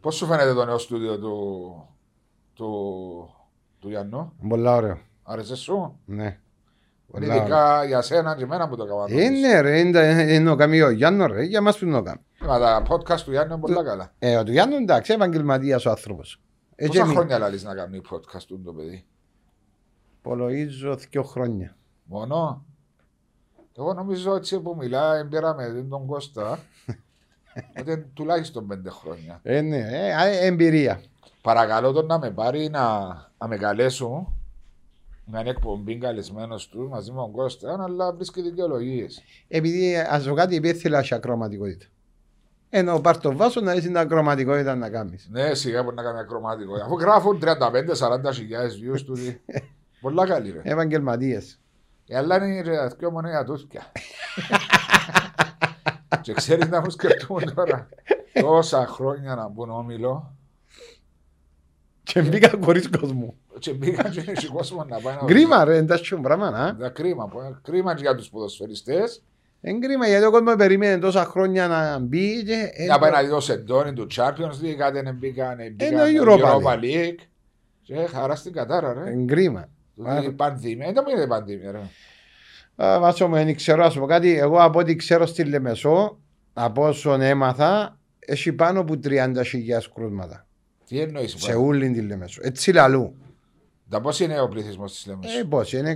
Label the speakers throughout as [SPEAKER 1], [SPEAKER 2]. [SPEAKER 1] Πώς σου φαίνεται το νέο στούντιο του, του, του Γιάννου,
[SPEAKER 2] Πολλά ωραίο.
[SPEAKER 1] άρεσες σου.
[SPEAKER 2] Ναι. Πολλά ωραία.
[SPEAKER 1] Ειδικά για σένα και εμένα που το έκανα.
[SPEAKER 2] Ε, ναι, ρε, είναι είναι ο καμιό. Γιάννο, ρε, για μας που είναι ο καμ.
[SPEAKER 1] Μα τα podcast του Γιάννου είναι πολλά καλά.
[SPEAKER 2] Ε, ο του Γιάννου, εντάξει, επαγγελματίας ο άνθρωπος. Ε, και
[SPEAKER 1] Πόσα
[SPEAKER 2] εμείς.
[SPEAKER 1] χρόνια λαλείς να κάνει podcast του το παιδί.
[SPEAKER 2] Υπολογίζω δυο χρόνια.
[SPEAKER 1] Μόνο. Εγώ νομίζω έτσι που μιλάει, πήραμε τον Κώστα. ότι είναι τουλάχιστον πέντε χρόνια.
[SPEAKER 2] Ε, ναι, ε, α, ε, εμπειρία.
[SPEAKER 1] Παρακαλώ τον να με πάρει να, να με καλέσουν μια εκπομπή καλεσμένος τους μαζί με τον Κώστα, αλλά βρίσκει δικαιολογίες.
[SPEAKER 2] Επειδή, ας πω κάτι, επειδή θέλει ακροματικότητα. Ενώ πάρ' το βάσο να είσαι την ακροματικότητα να κάνεις.
[SPEAKER 1] Ναι, σιγά μπορεί να κάνει ακροματικό. Αφού γράφουν 35-40 χιλιάδες views του. δι- Πολλά καλή ρε.
[SPEAKER 2] Επαγγελματίες.
[SPEAKER 1] Ε, Αλλά είναι ρε, δυο μόνο για τούθκια. Και ξέρεις να μου σκεφτούν τώρα. Τόσα χρόνια να μπουν όμιλο.
[SPEAKER 2] Και
[SPEAKER 1] Ε.
[SPEAKER 2] μπήκα χωρίς κόσμο.
[SPEAKER 1] Και μπήκαν και είχε κόσμο να πάει να
[SPEAKER 2] Κρίμα ρε, εντάξει πράγμα, να.
[SPEAKER 1] Τα κρίμα, που- κρίμα και για τους ποδοσφαιριστές.
[SPEAKER 2] Είναι κρίμα γιατί ο κόσμος περιμένει τόσα χρόνια να μπει και... ε,
[SPEAKER 1] Να πάει να δει το σεντόνι του Champions League, κάτι δεν μπήκαν, μπήκαν
[SPEAKER 2] Ένα
[SPEAKER 1] το
[SPEAKER 2] Europa Ε,
[SPEAKER 1] Europa League. Και χαρά στην Κατάρα ρε.
[SPEAKER 2] Είναι κρίμα.
[SPEAKER 1] Τούτη η πανδημία, Ε, δεν είναι πανδημία ρε.
[SPEAKER 2] Α, Βάσο μου, δεν ξέρω, ας πω κάτι. Εγώ από ό,τι ξέρω στη Λεμεσό, από όσον έμαθα, έχει πάνω από 30.000 κρούσματα.
[SPEAKER 1] Τι εννοείς
[SPEAKER 2] Σε
[SPEAKER 1] πάνω.
[SPEAKER 2] όλη τη Λεμεσό. Έτσι λαλού.
[SPEAKER 1] Τα πώς είναι ο πληθυσμός της Λεμεσού.
[SPEAKER 2] Ε, πώς, είναι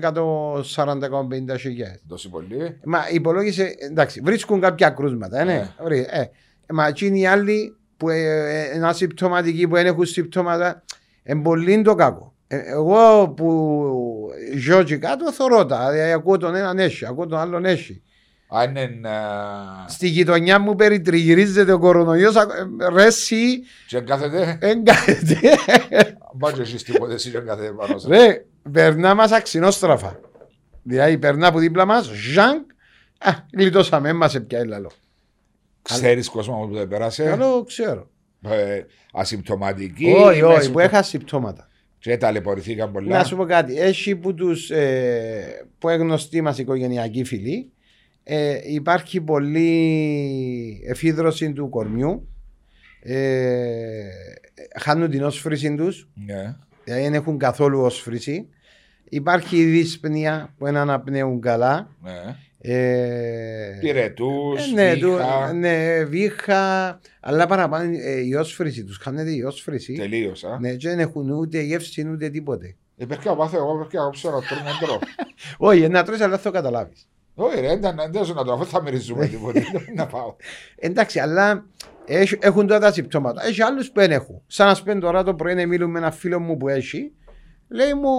[SPEAKER 2] 140-150 χιλιάδες.
[SPEAKER 1] Τόσοι πολλοί.
[SPEAKER 2] Μα υπολόγισε, εντάξει, βρίσκουν κάποια κρούσματα, ε, ναι.
[SPEAKER 1] Ε.
[SPEAKER 2] Βρί- ε. Μα εκείνοι οι άλλοι που ε, ε, είναι ασυμπτωματικοί, που δεν έχουν συμπτώματα, είναι πολύ το κακό. Ε, εγώ που ζω και κάτω θωρώ τα, Ε, ακούω τον έναν έχει, ακούω τον άλλον έχει.
[SPEAKER 1] Αν είναι... ε,
[SPEAKER 2] Στη γειτονιά μου περιτριγυρίζεται ο κορονοϊός, α- ε, ρε εσύ,
[SPEAKER 1] Και κάθεται,
[SPEAKER 2] εγκάθεται.
[SPEAKER 1] μπα και εσείς τίποτε, εσύ και κάθεται πάνω σας.
[SPEAKER 2] Ρε, περνά μας αξινόστραφα. Δηλαδή περνά από δίπλα μας, ζανκ, α, γλιτώσαμε, μας έπια έλαλο.
[SPEAKER 1] Ξέρεις κόσμο που δεν πέρασε.
[SPEAKER 2] Καλό ξέρω.
[SPEAKER 1] Ε, Ασυμπτωματικοί.
[SPEAKER 2] Όχι,
[SPEAKER 1] με
[SPEAKER 2] όχι,
[SPEAKER 1] ασυμπτω-
[SPEAKER 2] που έχα συμπτώματα.
[SPEAKER 1] Και ταλαιπωρηθήκαν
[SPEAKER 2] Να
[SPEAKER 1] πολλά.
[SPEAKER 2] σου πω κάτι. Έχει που τους ε, που είναι γνωστοί μας οικογενειακοί φίλοι, ε, υπάρχει πολλή εφίδρωση του κορμιού. Ε, χάνουν την όσφρηση τους,
[SPEAKER 1] Ναι.
[SPEAKER 2] δηλαδή δεν έχουν καθόλου όσφρηση. Υπάρχει η δύσπνοια που δεν αναπνέουν καλά.
[SPEAKER 1] ναι.
[SPEAKER 2] Ε,
[SPEAKER 1] Πυρετούς,
[SPEAKER 2] ε, ναι, του-
[SPEAKER 1] βήχα.
[SPEAKER 2] ναι, βήχα, αλλά παραπάνω ε, η όσφρηση τους. Χάνεται η όσφρηση.
[SPEAKER 1] Τελείωσα. Ε,
[SPEAKER 2] Ναι, και δεν έχουν ούτε γεύση ούτε τίποτε.
[SPEAKER 1] Υπήρχε πάθω εγώ, υπήρχε απόψε να τρώω να τρώω.
[SPEAKER 2] Όχι, να τρώει, αλλά θα το καταλάβεις.
[SPEAKER 1] Όχι ρε, ήταν εντός να τρώω, αφού θα μυρίζουμε τίποτα. Να πάω.
[SPEAKER 2] Εντάξει, αλλά έχ- έχουν τώρα τα συμπτώματα. Έχει άλλους που δεν έχουν. Σαν να πούμε τώρα το πρωί να μιλούμε με ένα φίλο μου που έχει, λέει μου,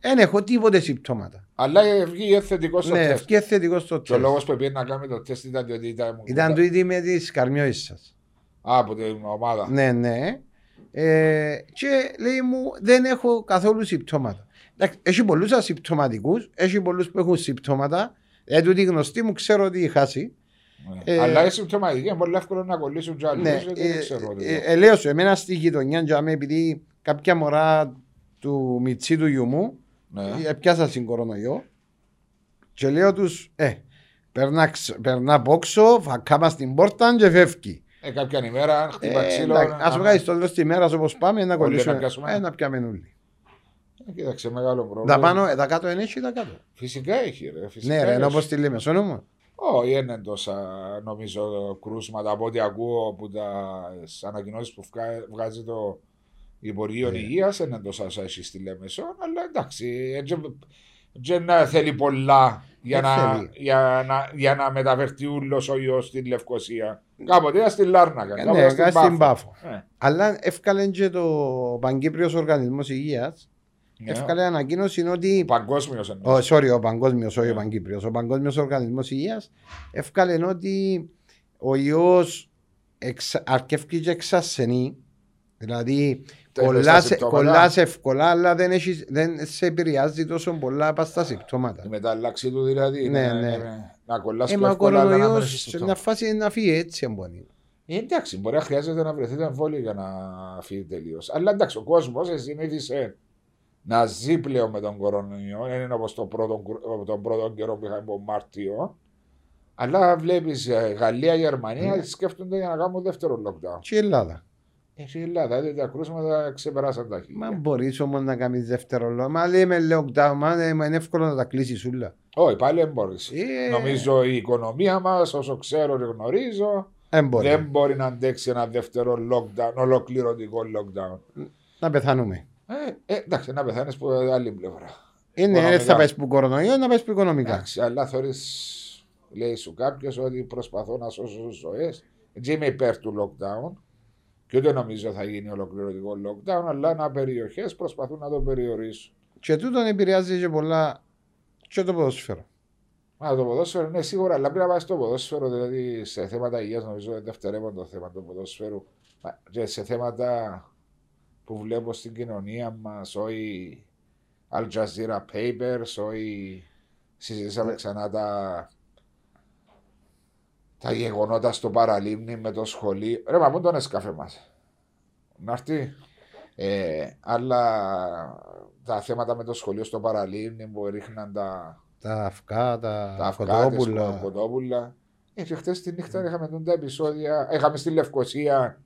[SPEAKER 2] δεν έχω τίποτε συμπτώματα.
[SPEAKER 1] Αλλά ε, βγήκε θετικός στο
[SPEAKER 2] Ναι,
[SPEAKER 1] τεστ.
[SPEAKER 2] και θετικός στο
[SPEAKER 1] Και ο
[SPEAKER 2] τεστ.
[SPEAKER 1] λόγος που πήγε να κάνει το τεστ ήταν διότι ήταν...
[SPEAKER 2] Ήταν τούτη με τις καρμιώσεις σας.
[SPEAKER 1] Α, από την ομάδα.
[SPEAKER 2] Ναι, ναι. Ε, και λέει μου, δεν έχω καθόλου συμπτώματα. Εντάξει, έχει πολλούς ασυμπτωματικούς, έχει πολλούς που έχουν συμπτώματα. Ε, τούτη γνωστή μου ξέρω ότι έχει χάσει.
[SPEAKER 1] Ναι.
[SPEAKER 2] Ε,
[SPEAKER 1] Αλλά οι συμπτωματικοί είναι πολύ εύκολο να κολλήσουν και άλλους,
[SPEAKER 2] Ναι,
[SPEAKER 1] γιατί
[SPEAKER 2] ε,
[SPEAKER 1] δεν ξέρω.
[SPEAKER 2] ε,
[SPEAKER 1] τι λέω.
[SPEAKER 2] ε, λέω σου, εμένα στη γειτονιά τζάμε, επειδή κάποια μωρά του μητσί του γιου μου
[SPEAKER 1] Ναι.
[SPEAKER 2] ε, πιάσα στην κορονοϊό και λέω τους, ε, περνά, ξ- περνά από όξω, φακάμα στην πόρτα και φεύγει.
[SPEAKER 1] Ε, κάποια ημέρα,
[SPEAKER 2] Ε,
[SPEAKER 1] χτύπα ξύλο.
[SPEAKER 2] εντάξει, Ας το
[SPEAKER 1] να-
[SPEAKER 2] κάνεις στο τέλος της ημέρας όπως πάμε, να
[SPEAKER 1] Όλοι
[SPEAKER 2] κολλήσουμε,
[SPEAKER 1] να πιάσουμε.
[SPEAKER 2] ε, να πιάμε όλοι.
[SPEAKER 1] Ε, Κοίταξε, μεγάλο πρόβλημα.
[SPEAKER 2] Τα πάνω, ε, τα κάτω είναι έτσι, τα κάτω.
[SPEAKER 1] Φυσικά έχει, ρε. Φυσικά
[SPEAKER 2] Ναι ρε,
[SPEAKER 1] έχει.
[SPEAKER 2] ενώ πως τη λέμε, σώνο μου.
[SPEAKER 1] Όχι, δεν είναι τόσα νομίζω κρούσματα από ό,τι ακούω από τα ανακοινώσεις που βγα- βγάζει το Υπουργείο
[SPEAKER 2] Ναι.
[SPEAKER 1] Υγεία. Δεν είναι τόσα όσα έχει στη Λέμεσο, αλλά εντάξει. ε, τζε- Δεν θέλει πολλά για
[SPEAKER 2] Δεν
[SPEAKER 1] να,
[SPEAKER 2] θέλει.
[SPEAKER 1] για, να, για να μεταφερθεί ούλος ο ιός στην Λευκοσία. Κάποτε ήταν στη Λάρνακα,
[SPEAKER 2] Ε,
[SPEAKER 1] κάποτε
[SPEAKER 2] ναι,
[SPEAKER 1] στην
[SPEAKER 2] κάτσε στην
[SPEAKER 1] Πάφο. Ε,
[SPEAKER 2] Αλλά έφκαλε και το Παγκύπριος Οργανισμός Υγείας,
[SPEAKER 1] ναι.
[SPEAKER 2] έφκαλε ανακοίνωση ότι
[SPEAKER 1] Παγκόσμιος
[SPEAKER 2] Ο,
[SPEAKER 1] εννοώ.
[SPEAKER 2] sorry, ο Παγκόσμιος, όχι
[SPEAKER 1] Ναι.
[SPEAKER 2] ο Παγκύπριος. Ο Παγκόσμιος Οργανισμός Υγείας έφκαλε ότι ο ιό εξα, αρκεύκει και εξασθενεί. Δηλαδή,
[SPEAKER 1] Τα είδες τα συμπτώματα.
[SPEAKER 2] κολλάς εύκολα, αλλά δεν, έχεις, δεν σε επηρεάζει τόσο πολλά από τα συμπτώματα.
[SPEAKER 1] Η μετάλλαξη του δηλαδή.
[SPEAKER 2] Ναι,
[SPEAKER 1] είναι-
[SPEAKER 2] ναι.
[SPEAKER 1] είναι- Να Ε, κολλάς
[SPEAKER 2] Ε,
[SPEAKER 1] πιο
[SPEAKER 2] μα ο
[SPEAKER 1] εύκολα, αλλά να μην
[SPEAKER 2] κορονοϊό
[SPEAKER 1] έχεις
[SPEAKER 2] σε
[SPEAKER 1] συμπτώματα.
[SPEAKER 2] μια φάση είναι να φύγει έτσι. Μπορεί.
[SPEAKER 1] Ε, εντάξει, μπορεί να χρειάζεται να βρεθείτε εμβόλιο για να φύγει τελείως. Αλλά εντάξει, ο κόσμος συνήθισε ε, να ζει πλέον με τον κορονοϊό. Δεν είναι όπως τον πρώτο, κρου- τον πρώτο καιρό που είχαμε από Μάρτιο. ε, Αλλά βλέπεις Γαλλία, Γερμανία, σκέφτονται για να κάνουν δεύτερο lockdown.
[SPEAKER 2] Και η Ελλάδα.
[SPEAKER 1] Έχει η Ελλάδα, δηλαδή τα κρούσματα ξεπεράσαν τα
[SPEAKER 2] Μα
[SPEAKER 1] χίλια.
[SPEAKER 2] μπορείς όμως να κάνεις δεύτερο λόγο. Μα λέει με lockdown, μα λέει, μα είναι εύκολο να τα κλείσεις όλα.
[SPEAKER 1] Όχι, πάλι δεν μπορείς.
[SPEAKER 2] Ε,
[SPEAKER 1] Νομίζω η οικονομία μας, όσο ξέρω και γνωρίζω,
[SPEAKER 2] Δεν μπορεί.
[SPEAKER 1] δεν μπορεί να αντέξει ένα δεύτερο lockdown, ολοκληρωτικό lockdown.
[SPEAKER 2] Να πεθάνουμε.
[SPEAKER 1] Ε, ε, εντάξει, να πεθάνεις που ε, άλλη πλευρά.
[SPEAKER 2] Είναι,
[SPEAKER 1] Οικονομικά.
[SPEAKER 2] ε, θα πας που κορονοϊό, να πας που οικονομικά.
[SPEAKER 1] Εντάξει, αλλά θεωρείς, λέει σου κάποιος, ότι προσπαθώ να σώσω ζωές. Έτσι είμαι υπέρ του lockdown. Και ούτε νομίζω θα γίνει ολοκληρωτικό lockdown, αλλά να περιοχές προσπαθούν να το περιορίσουν.
[SPEAKER 2] Και τούτον επηρεάζει και πολλά και το ποδόσφαιρο.
[SPEAKER 1] Μα το ποδόσφαιρο είναι σίγουρα, αλλά πρέπει να πάει στο ποδόσφαιρο, δηλαδή σε θέματα υγείας νομίζω είναι δευτερεύον το θέμα του ποδόσφαιρου. Μα Και σε θέματα που βλέπω στην κοινωνία μας, όχι Al Jazeera Papers, όχι συζητήσαμε ξανά τα, τα γεγονότα στο παραλίμνη με το σχολείο. Ρε, μα πού τον έσκαφε μας. Να έρθει. Ε, αλλά τα θέματα με το σχολείο στο παραλίμνη που ρίχναν τα,
[SPEAKER 2] Τα αυκά, τα, Mm.
[SPEAKER 1] τα
[SPEAKER 2] κοτόπουλα.
[SPEAKER 1] κοτόπουλα. κοτόπουλα. Ε, και χτες τη νύχτα είχαμε τότε τα επεισόδια. Είχαμε στη Λευκοσία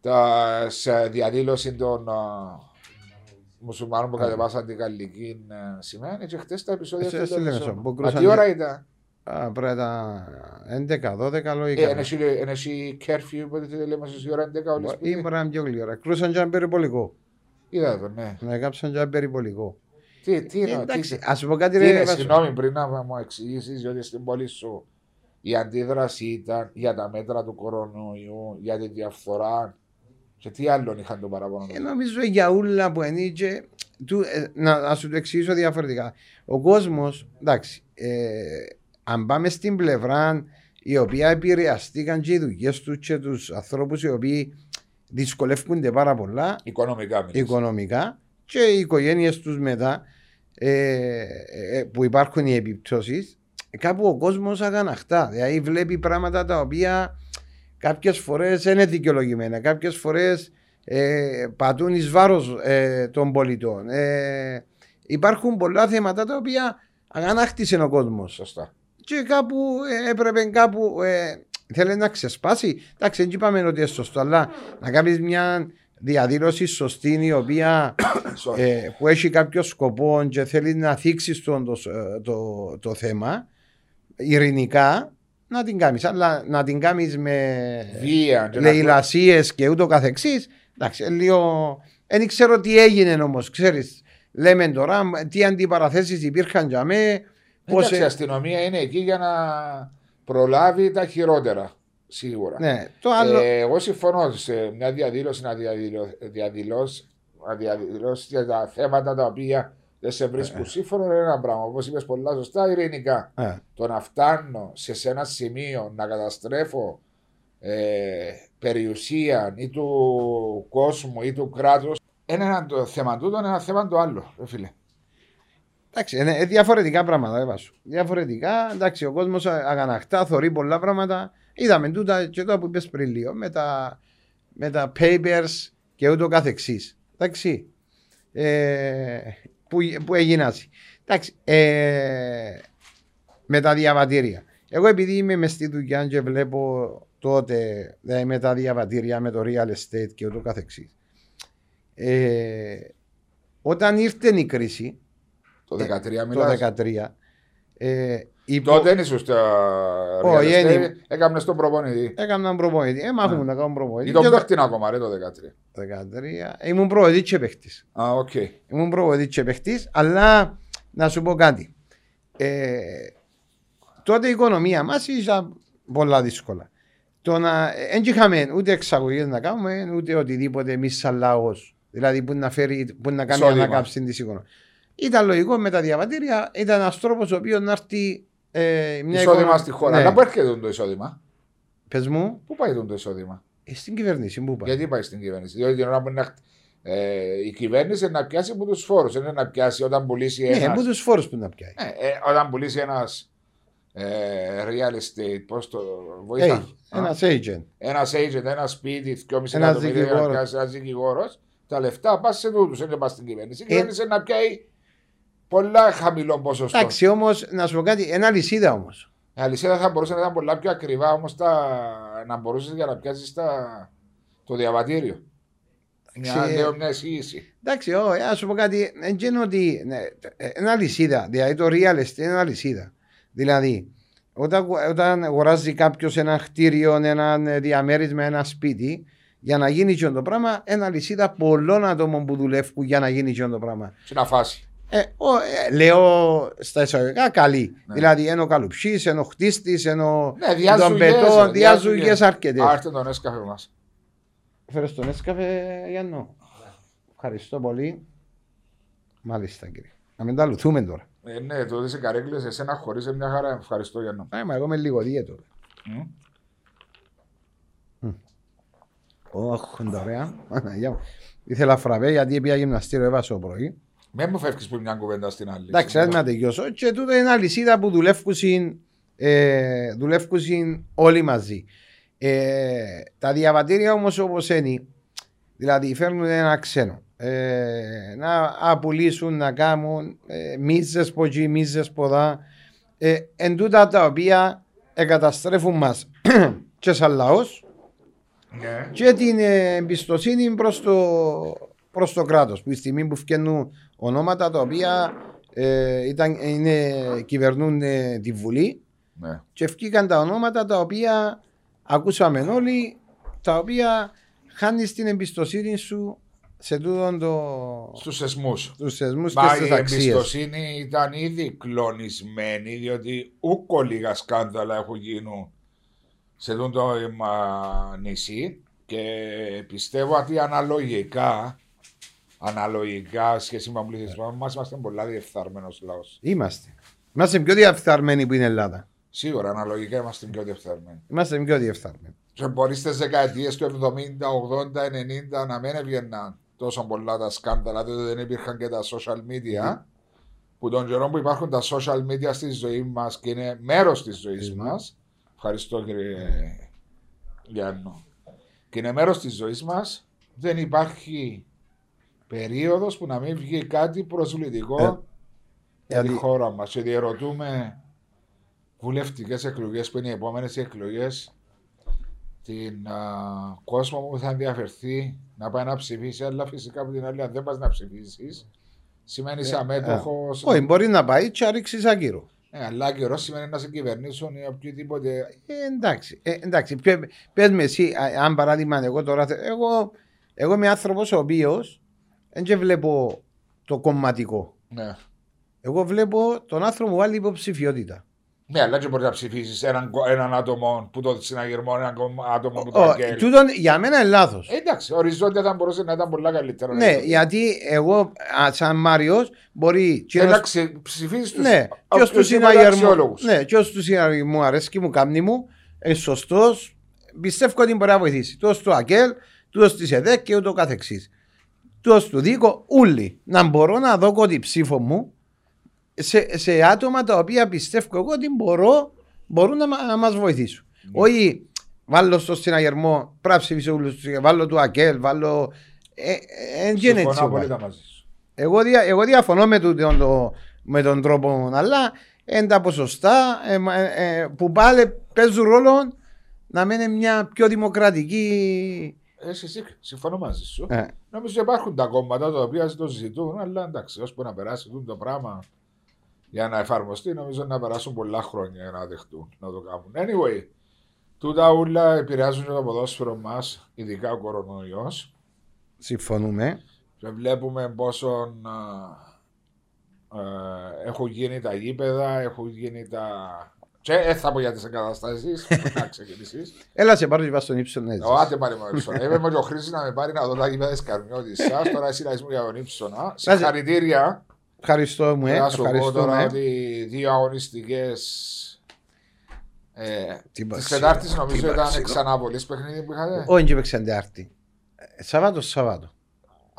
[SPEAKER 1] τα σε διαδήλωση των α, μουσουλμάνων που κατεβάσαν την γαλλική ε, σημαία. Ε, Και χτες τα επεισόδια.
[SPEAKER 2] Ε,
[SPEAKER 1] αυτών
[SPEAKER 2] στη
[SPEAKER 1] των
[SPEAKER 2] Λεμεσό,
[SPEAKER 1] επεισόδων.
[SPEAKER 2] που
[SPEAKER 1] Μα
[SPEAKER 2] κρούσαν
[SPEAKER 1] τι
[SPEAKER 2] τη-
[SPEAKER 1] ώρα ήταν.
[SPEAKER 2] Α, πρέπει να 11-12 λογικά.
[SPEAKER 1] Ε, εν έχει- εν έχει κέρφιου, οπότε τη λέμε στις ώρα 11 όλες
[SPEAKER 2] Ή μπορεί
[SPEAKER 1] που
[SPEAKER 2] να είναι πιο γλυόρα. Κρούσαν και έναν περιπολικό.
[SPEAKER 1] Είδα το, ναι.
[SPEAKER 2] Να κάψαν και έναν περιπολικό.
[SPEAKER 1] Τι, τι
[SPEAKER 2] Ε,
[SPEAKER 1] εννοώ, τι-
[SPEAKER 2] Εντάξει, α σου πω κάτι
[SPEAKER 1] Τι είναι,
[SPEAKER 2] ρε. Βάσο.
[SPEAKER 1] συγγνώμη, πριν να μου εξηγήσεις, διότι στην πόλη σου η αντίδραση ήταν για τα μέτρα του κορονοϊού, για τη διαφθορά. Και τι άλλον είχαν τον παραπονό.
[SPEAKER 2] Ε, νομίζω για όλα που ενίκε. Του, ε, να, να σου το εξηγήσω διαφορετικά. Ο κόσμος, εντάξει, ε, αν πάμε στην πλευρά η οποία επηρεαστήκαν και οι δουλειές τους και τους ανθρώπους οι οποίοι δυσκολεύονται πάρα πολλά
[SPEAKER 1] Οικονομικά μιλήσεις.
[SPEAKER 2] οικονομικά και οι οικογένειες τους μετά ε, ε, που υπάρχουν οι επιπτώσεις. Κάπου ο κόσμος αγαναχτά. Δηλαδή βλέπει πράγματα τα οποία κάποιες φορές είναι δικαιολογημένα, κάποιες φορές ε, πατούν εις βάρος ε, των πολιτών. Ε, υπάρχουν πολλά θέματα τα οποία αγανάχτησε ο κόσμος.
[SPEAKER 1] Σωστά.
[SPEAKER 2] Και κάπου ε, έπρεπε κάπου. Ε, θέλει να ξεσπάσει. Εντάξει, δεν είπαμε ότι είναι σωστό, αλλά να κάνεις μια διαδήλωση σωστή η οποία
[SPEAKER 1] Sorry.
[SPEAKER 2] ε, που έχει κάποιο σκοπό και θέλει να θίξεις τον, το, ε, το, το θέμα ειρηνικά να την κάνεις αλλά να την κάνεις με
[SPEAKER 1] Βία. και να-
[SPEAKER 2] λαιλασίες και ούτω καθεξής εντάξει ε, λίγο δεν ξέρω τι έγινε όμως ξέρεις λέμε τώρα μ, τι αντιπαραθέσεις υπήρχαν για μέ πώς,
[SPEAKER 1] Εντάξει, η
[SPEAKER 2] ε,
[SPEAKER 1] αστυνομία είναι εκεί για να προλάβει τα χειρότερα. Σίγουρα.
[SPEAKER 2] ναι, το άλλο
[SPEAKER 1] Ε, εγώ συμφωνώ σε μια διαδήλωση να διαδηλω- διαδηλώσει να διαδηλώσει για τα θέματα τα οποία δεν σε βρίσκουν σύμφωνο είναι ένα πράγμα. Όπως είπες πολλά σωστά, ειρηνικά.
[SPEAKER 2] ε,
[SPEAKER 1] το να φτάνω σε σε ένα σημείο να καταστρέφω ε, περιουσία ή του κόσμου ή του κράτους είναι ένα το θέμα τούτο, είναι ένα θέμα το άλλο, ρε φίλε.
[SPEAKER 2] Εντάξει, είναι ε, διαφορετικά πράγματα, έβα σου. Διαφορετικά, εντάξει, ο κόσμος αγαναχτά, θωρεί πολλά πράγματα. Είδαμε τούτα και τώρα που είπες πριν λίγο, με τα, με τα papers και ούτω καθεξής. Εντάξει. Ε, που, που έγιναν. Εντάξει. Ε, με τα διαβατήρια. Εγώ επειδή είμαι μες στη δουλειά και βλέπω τότε δηλαδή με τα διαβατήρια, με το real estate και ούτω καθεξής. Ε, όταν ήρθε η κρίση,
[SPEAKER 1] Το 13 ε,
[SPEAKER 2] Ναι, το
[SPEAKER 1] μιλάς.
[SPEAKER 2] 2013. Ε, υπο...
[SPEAKER 1] Τότε είναι σωστά.
[SPEAKER 2] Όχι,
[SPEAKER 1] real estate,
[SPEAKER 2] είναι.
[SPEAKER 1] Έκαμνες τον προπονητή.
[SPEAKER 2] Έκαναν προπονητή. Ε, μάχομαι να κάνω προπονητή.
[SPEAKER 1] Ή τον
[SPEAKER 2] Και το
[SPEAKER 1] παίχτη ακόμα, ρε το 13.
[SPEAKER 2] 13. Ήμουν προπονητής και παίχτης.
[SPEAKER 1] Α, οκ.
[SPEAKER 2] Ήμουν προπονητής και παίχτης, αλλά να σου πω κάτι. Ε, τότε η οικονομία μας ήταν πολλά δύσκολα. Το να δεν είχαμε ούτε εξαγωγές να κάνουμε, ούτε οτιδήποτε εμείς σαν λαός. Δηλαδή που να, φέρει, που να κάνει
[SPEAKER 1] Εισόδημα.
[SPEAKER 2] ανάκαμψη της οικονομίας. Ήταν λογικό με τα διαβατήρια, ήταν ένας τρόπος ο οποίος να έρθει ε, μια
[SPEAKER 1] Εισόδημα
[SPEAKER 2] οικονο-
[SPEAKER 1] στη χώρα.
[SPEAKER 2] Ναι.
[SPEAKER 1] Αλλά πού έρχεται το εισόδημα.
[SPEAKER 2] Πες μου,
[SPEAKER 1] Πού πάει το εισόδημα.
[SPEAKER 2] ε, στην κυβέρνηση που είπα.
[SPEAKER 1] Γιατί πάει στην κυβέρνηση. Διότι την ώρα που είναι να- ε, η κυβέρνηση είναι να πιάσει από τους φόρους. Δεν είναι να πιάσει όταν πουλήσει
[SPEAKER 2] Ναι,
[SPEAKER 1] ένας.
[SPEAKER 2] από τους φόρους που να πιάει.
[SPEAKER 1] Ε, ε, όταν πουλήσει ένας ε, real estate, πώς το βοηθά.
[SPEAKER 2] Ένας agent.
[SPEAKER 1] Ένας agent, ένα σπίτι, 2,5
[SPEAKER 2] Ένας
[SPEAKER 1] εκατομμύρια,
[SPEAKER 2] δικηγόρος.
[SPEAKER 1] ένας δικηγόρος, τα λεφτά πας σε τούτους, δεν πα στην κυβέρνηση. Η
[SPEAKER 2] Ε.
[SPEAKER 1] κυβέρνηση να πιάει πολλά χαμηλών ποσοστών.
[SPEAKER 2] Εντάξει, όμως να σου πω κάτι, ένα λυσίδα όμω.
[SPEAKER 1] Η αλυσίδα θα μπορούσε να ήταν πολλά πιο ακριβά όμως τα... να μπορούσες για να πιάσεις τα... το διαβατήριο. Μια,
[SPEAKER 2] Ξε-
[SPEAKER 1] λέω μια εισήγηση.
[SPEAKER 2] Εντάξει, ό, ε, να σου πω κάτι. Δεν είναι ότι. ναι, ε, Είναι αλυσίδα. Δηλαδή το real estate είναι αλυσίδα. Δηλαδή, όταν, αγο- όταν αγοράζει κάποιος ένα χτίριο, ένα ε, διαμέρισμα, ένα σπίτι, για να γίνει και το πράγμα, είναι αλυσίδα πολλών ατόμων που δουλεύουν για να γίνει και το πράγμα.
[SPEAKER 1] Σε ένα φάση.
[SPEAKER 2] Ε, ο, ε, λέω στα εισαγωγικά καλή.
[SPEAKER 1] Ναι.
[SPEAKER 2] Δηλαδή, ενώ καλουψή, ενώ χτίστης, ενώ
[SPEAKER 1] Ναι, διάζουγες,
[SPEAKER 2] των πετών,
[SPEAKER 1] ε,
[SPEAKER 2] διάζουγε αρκετέ.
[SPEAKER 1] Άρτε τον έσκαφε μας.
[SPEAKER 2] Φέρες τον έσκαφε, Γιάννο. Ευχαριστώ πολύ. Μάλιστα, κύριε. Να μην τα λουθούμε τώρα.
[SPEAKER 1] Ε, ναι, το δει καρέκλες, εσένα χωρίς μια χαρά. Ευχαριστώ για να.
[SPEAKER 2] Ναι, μα εγώ είμαι λίγο δίαιτο. Όχι, ωραία. Παναγιά μου. Ήθελα φραβέ γιατί πήγα γυμναστήριο, έβασα το πρωί.
[SPEAKER 1] Με μου φεύγεις που μια κουβέντα στην άλλη.
[SPEAKER 2] Εντάξει, δεν να τελειώσω. Και τούτο είναι αλυσίδα που δουλεύουν, ε, δουλεύκουσιν όλοι μαζί. Ε, τα διαβατήρια όμως όπως είναι, δηλαδή φέρνουν ένα ξένο. Ε, να απολύσουν, να κάνουν ε, μίζες ποδί, μίζε ποδά. Ε, εν τούτα τα οποία εγκαταστρέφουν μας και σαν λαός
[SPEAKER 1] Ναι.
[SPEAKER 2] και την ε, εμπιστοσύνη προς το, προς το κράτος που η στιγμή που φκένουν ονόματα τα οποία ε, ήταν, είναι, κυβερνούν ε, τη Βουλή
[SPEAKER 1] ναι.
[SPEAKER 2] και φκήκαν τα ονόματα τα οποία ακούσαμε όλοι τα οποία χάνεις την εμπιστοσύνη σου σε τούτον το,
[SPEAKER 1] Στους σεσμού.
[SPEAKER 2] τους θεσμούς και
[SPEAKER 1] Μα η
[SPEAKER 2] στις αξίες.
[SPEAKER 1] εμπιστοσύνη ήταν ήδη κλονισμένη, διότι ούκο λίγα σκάνδαλα έχουν γίνει σε αυτό το ε, μα, νησί και πιστεύω ότι αναλογικά, αναλογικά σχέση με τον πληθυσμό μας, είμαστε πολλά διεφθαρμένος λαός.
[SPEAKER 2] Είμαστε. Είμαστε πιο διαφθαρμένοι που είναι η Ελλάδα.
[SPEAKER 1] Σίγουρα, αναλογικά είμαστε πιο διεφθαρμένοι.
[SPEAKER 2] Είμαστε πιο διαφθαρμένοι.
[SPEAKER 1] Και μπορεί στις δεκαετίες του 70, 80, 90 να μην έβγαιναν τόσο πολλά τα σκάνδαλα, διότι δεν υπήρχαν και τα social media. Που τον καιρό που υπάρχουν τα social media στη ζωή μας και είναι μέρος της ζωής
[SPEAKER 2] Μμμ.
[SPEAKER 1] μας. Ευχαριστώ κύριε Γιάννο. Και είναι μέρος της ζωής μας, δεν υπάρχει περίοδος που να μην βγει κάτι προσβλητικό
[SPEAKER 2] Ε,
[SPEAKER 1] για τη
[SPEAKER 2] γιατί-
[SPEAKER 1] χώρα μας. Και διαρωτούμε βουλευτικές εκλογές που είναι οι επόμενες εκλογές. Την α, κόσμο που θα ενδιαφερθεί να πάει να ψηφίσει, αλλά φυσικά από την άλλη, αν δεν πας να ψηφίσεις, σημαίνει είσαι αμέτωχος.
[SPEAKER 2] Ε, Όχι, μπορεί να πάει και να ρίξει ακύρω.
[SPEAKER 1] Ε, αλλά καιρός σημαίνει να σε κυβερνήσουν ή οποιοδήποτε.
[SPEAKER 2] Ε, εντάξει, ε, εντάξει. Πε- πες με εσύ, α- αν παράδειγμα, εγώ τώρα. θε- Εγώ, εγώ είμαι άνθρωπος ο οποίος δεν και βλέπω το κομματικό.
[SPEAKER 1] Ναι.
[SPEAKER 2] Εγώ βλέπω τον άνθρωπο που βάλει υποψηφιότητα.
[SPEAKER 1] Ναι, αλλά και μπορεί να ψηφίσεις έναν, κο- έναν άτομο που το συναγερμό, έναν κομ- άτομο που το
[SPEAKER 2] Ο-
[SPEAKER 1] αγγέλ.
[SPEAKER 2] τούτον για μένα είναι λάθος.
[SPEAKER 1] Ε, εντάξει, οριζόντια θα μπορούσε να ήταν πολλά Ε, καλύτερο.
[SPEAKER 2] ναι, γιατί εγώ, α, σαν Μάριος, μπορεί. και ένας-
[SPEAKER 1] Εντάξει, ψηφίσει τους.
[SPEAKER 2] ναι, και ως του συναγερμού. Ναι, και ως τους συναγερμού αρέσει και μου κάμνη μου, ε, σωστός, πιστεύω ότι μπορεί να βοηθήσει. Τόσο στο ΑΚΕΛ, τόσο της ΕΔΕΚ και ούτω καθεξής. Τόσο του Δίκο, όλοι. Να μπορώ να δω και τη ψήφο μου σε, σε άτομα τα οποία πιστεύω εγώ ότι μπορώ, μπορούν να, μα- να μας βοηθήσουν. Όχι βάλω στο συναγερμό, πράψη ψηφίσω όλους τους, βάλω του ΑΚΕΛ, βάλω. Ε, ε, ε, δεν είναι έτσι. ο κόσμος.
[SPEAKER 1] μαζί σου.
[SPEAKER 2] Εγώ, δια, εγώ διαφωνώ με, τούτον το- με τον τρόπο, αλλά εν τα ποσοστά ε, μα, ε, ε, που πάλι παίζουν ρόλο να μένει μια πιο δημοκρατική.
[SPEAKER 1] Ε, Εσύ, εσύ, συμφωνώ μαζί σου.
[SPEAKER 2] Ε,
[SPEAKER 1] Νομίζω υπάρχουν τα κόμματα τα οποία το ζητούν, αλλά εντάξει, ώσπου να περάσει τούτο το πράγμα για να εφαρμοστεί, νομίζω να περάσουν πολλά χρόνια για να δεχτούν να το κάνουν. Anyway, τούτα όλα επηρεάζουν και το ποδόσφαιρο μας, ειδικά ο κορονοϊός.
[SPEAKER 2] συμφωνούμε.
[SPEAKER 1] Και βλέπουμε πόσο ε, έχουν γίνει τα γήπεδα, έχουν γίνει τα. Και ε, θα πω για τις εγκαταστάσεις, να ξεκινήσεις.
[SPEAKER 2] Έλα σε πάρω και πας στον ναι, ύψο να
[SPEAKER 1] Ε, Ο
[SPEAKER 2] ζήσεις.
[SPEAKER 1] άντε πάρε μόνο ύψονα. Είπε μου και ο Χρήση να Ε, με πάρει να δω τα γήπεδα της Καρμιώτησα. Τώρα εσύ να είσαι μου για τον ύψονα.
[SPEAKER 2] σε-
[SPEAKER 1] Συγχαρητήρια.
[SPEAKER 2] Ευχαριστώ μου, ε,
[SPEAKER 1] Να σου πω
[SPEAKER 2] ευχαριστώ
[SPEAKER 1] τώρα
[SPEAKER 2] με.
[SPEAKER 1] ότι δύο αγωνιστικές.
[SPEAKER 2] Τι
[SPEAKER 1] Της
[SPEAKER 2] πασίλα,
[SPEAKER 1] Τετάρτης
[SPEAKER 2] τι
[SPEAKER 1] ε, νομίζω ήταν
[SPEAKER 2] πασίλα.
[SPEAKER 1] ξαναβολή παιχνίδι που είχατε.
[SPEAKER 2] Όχι, και παίξαν Τετάρτη. Ε, Σαββάτο, Σαββάτο.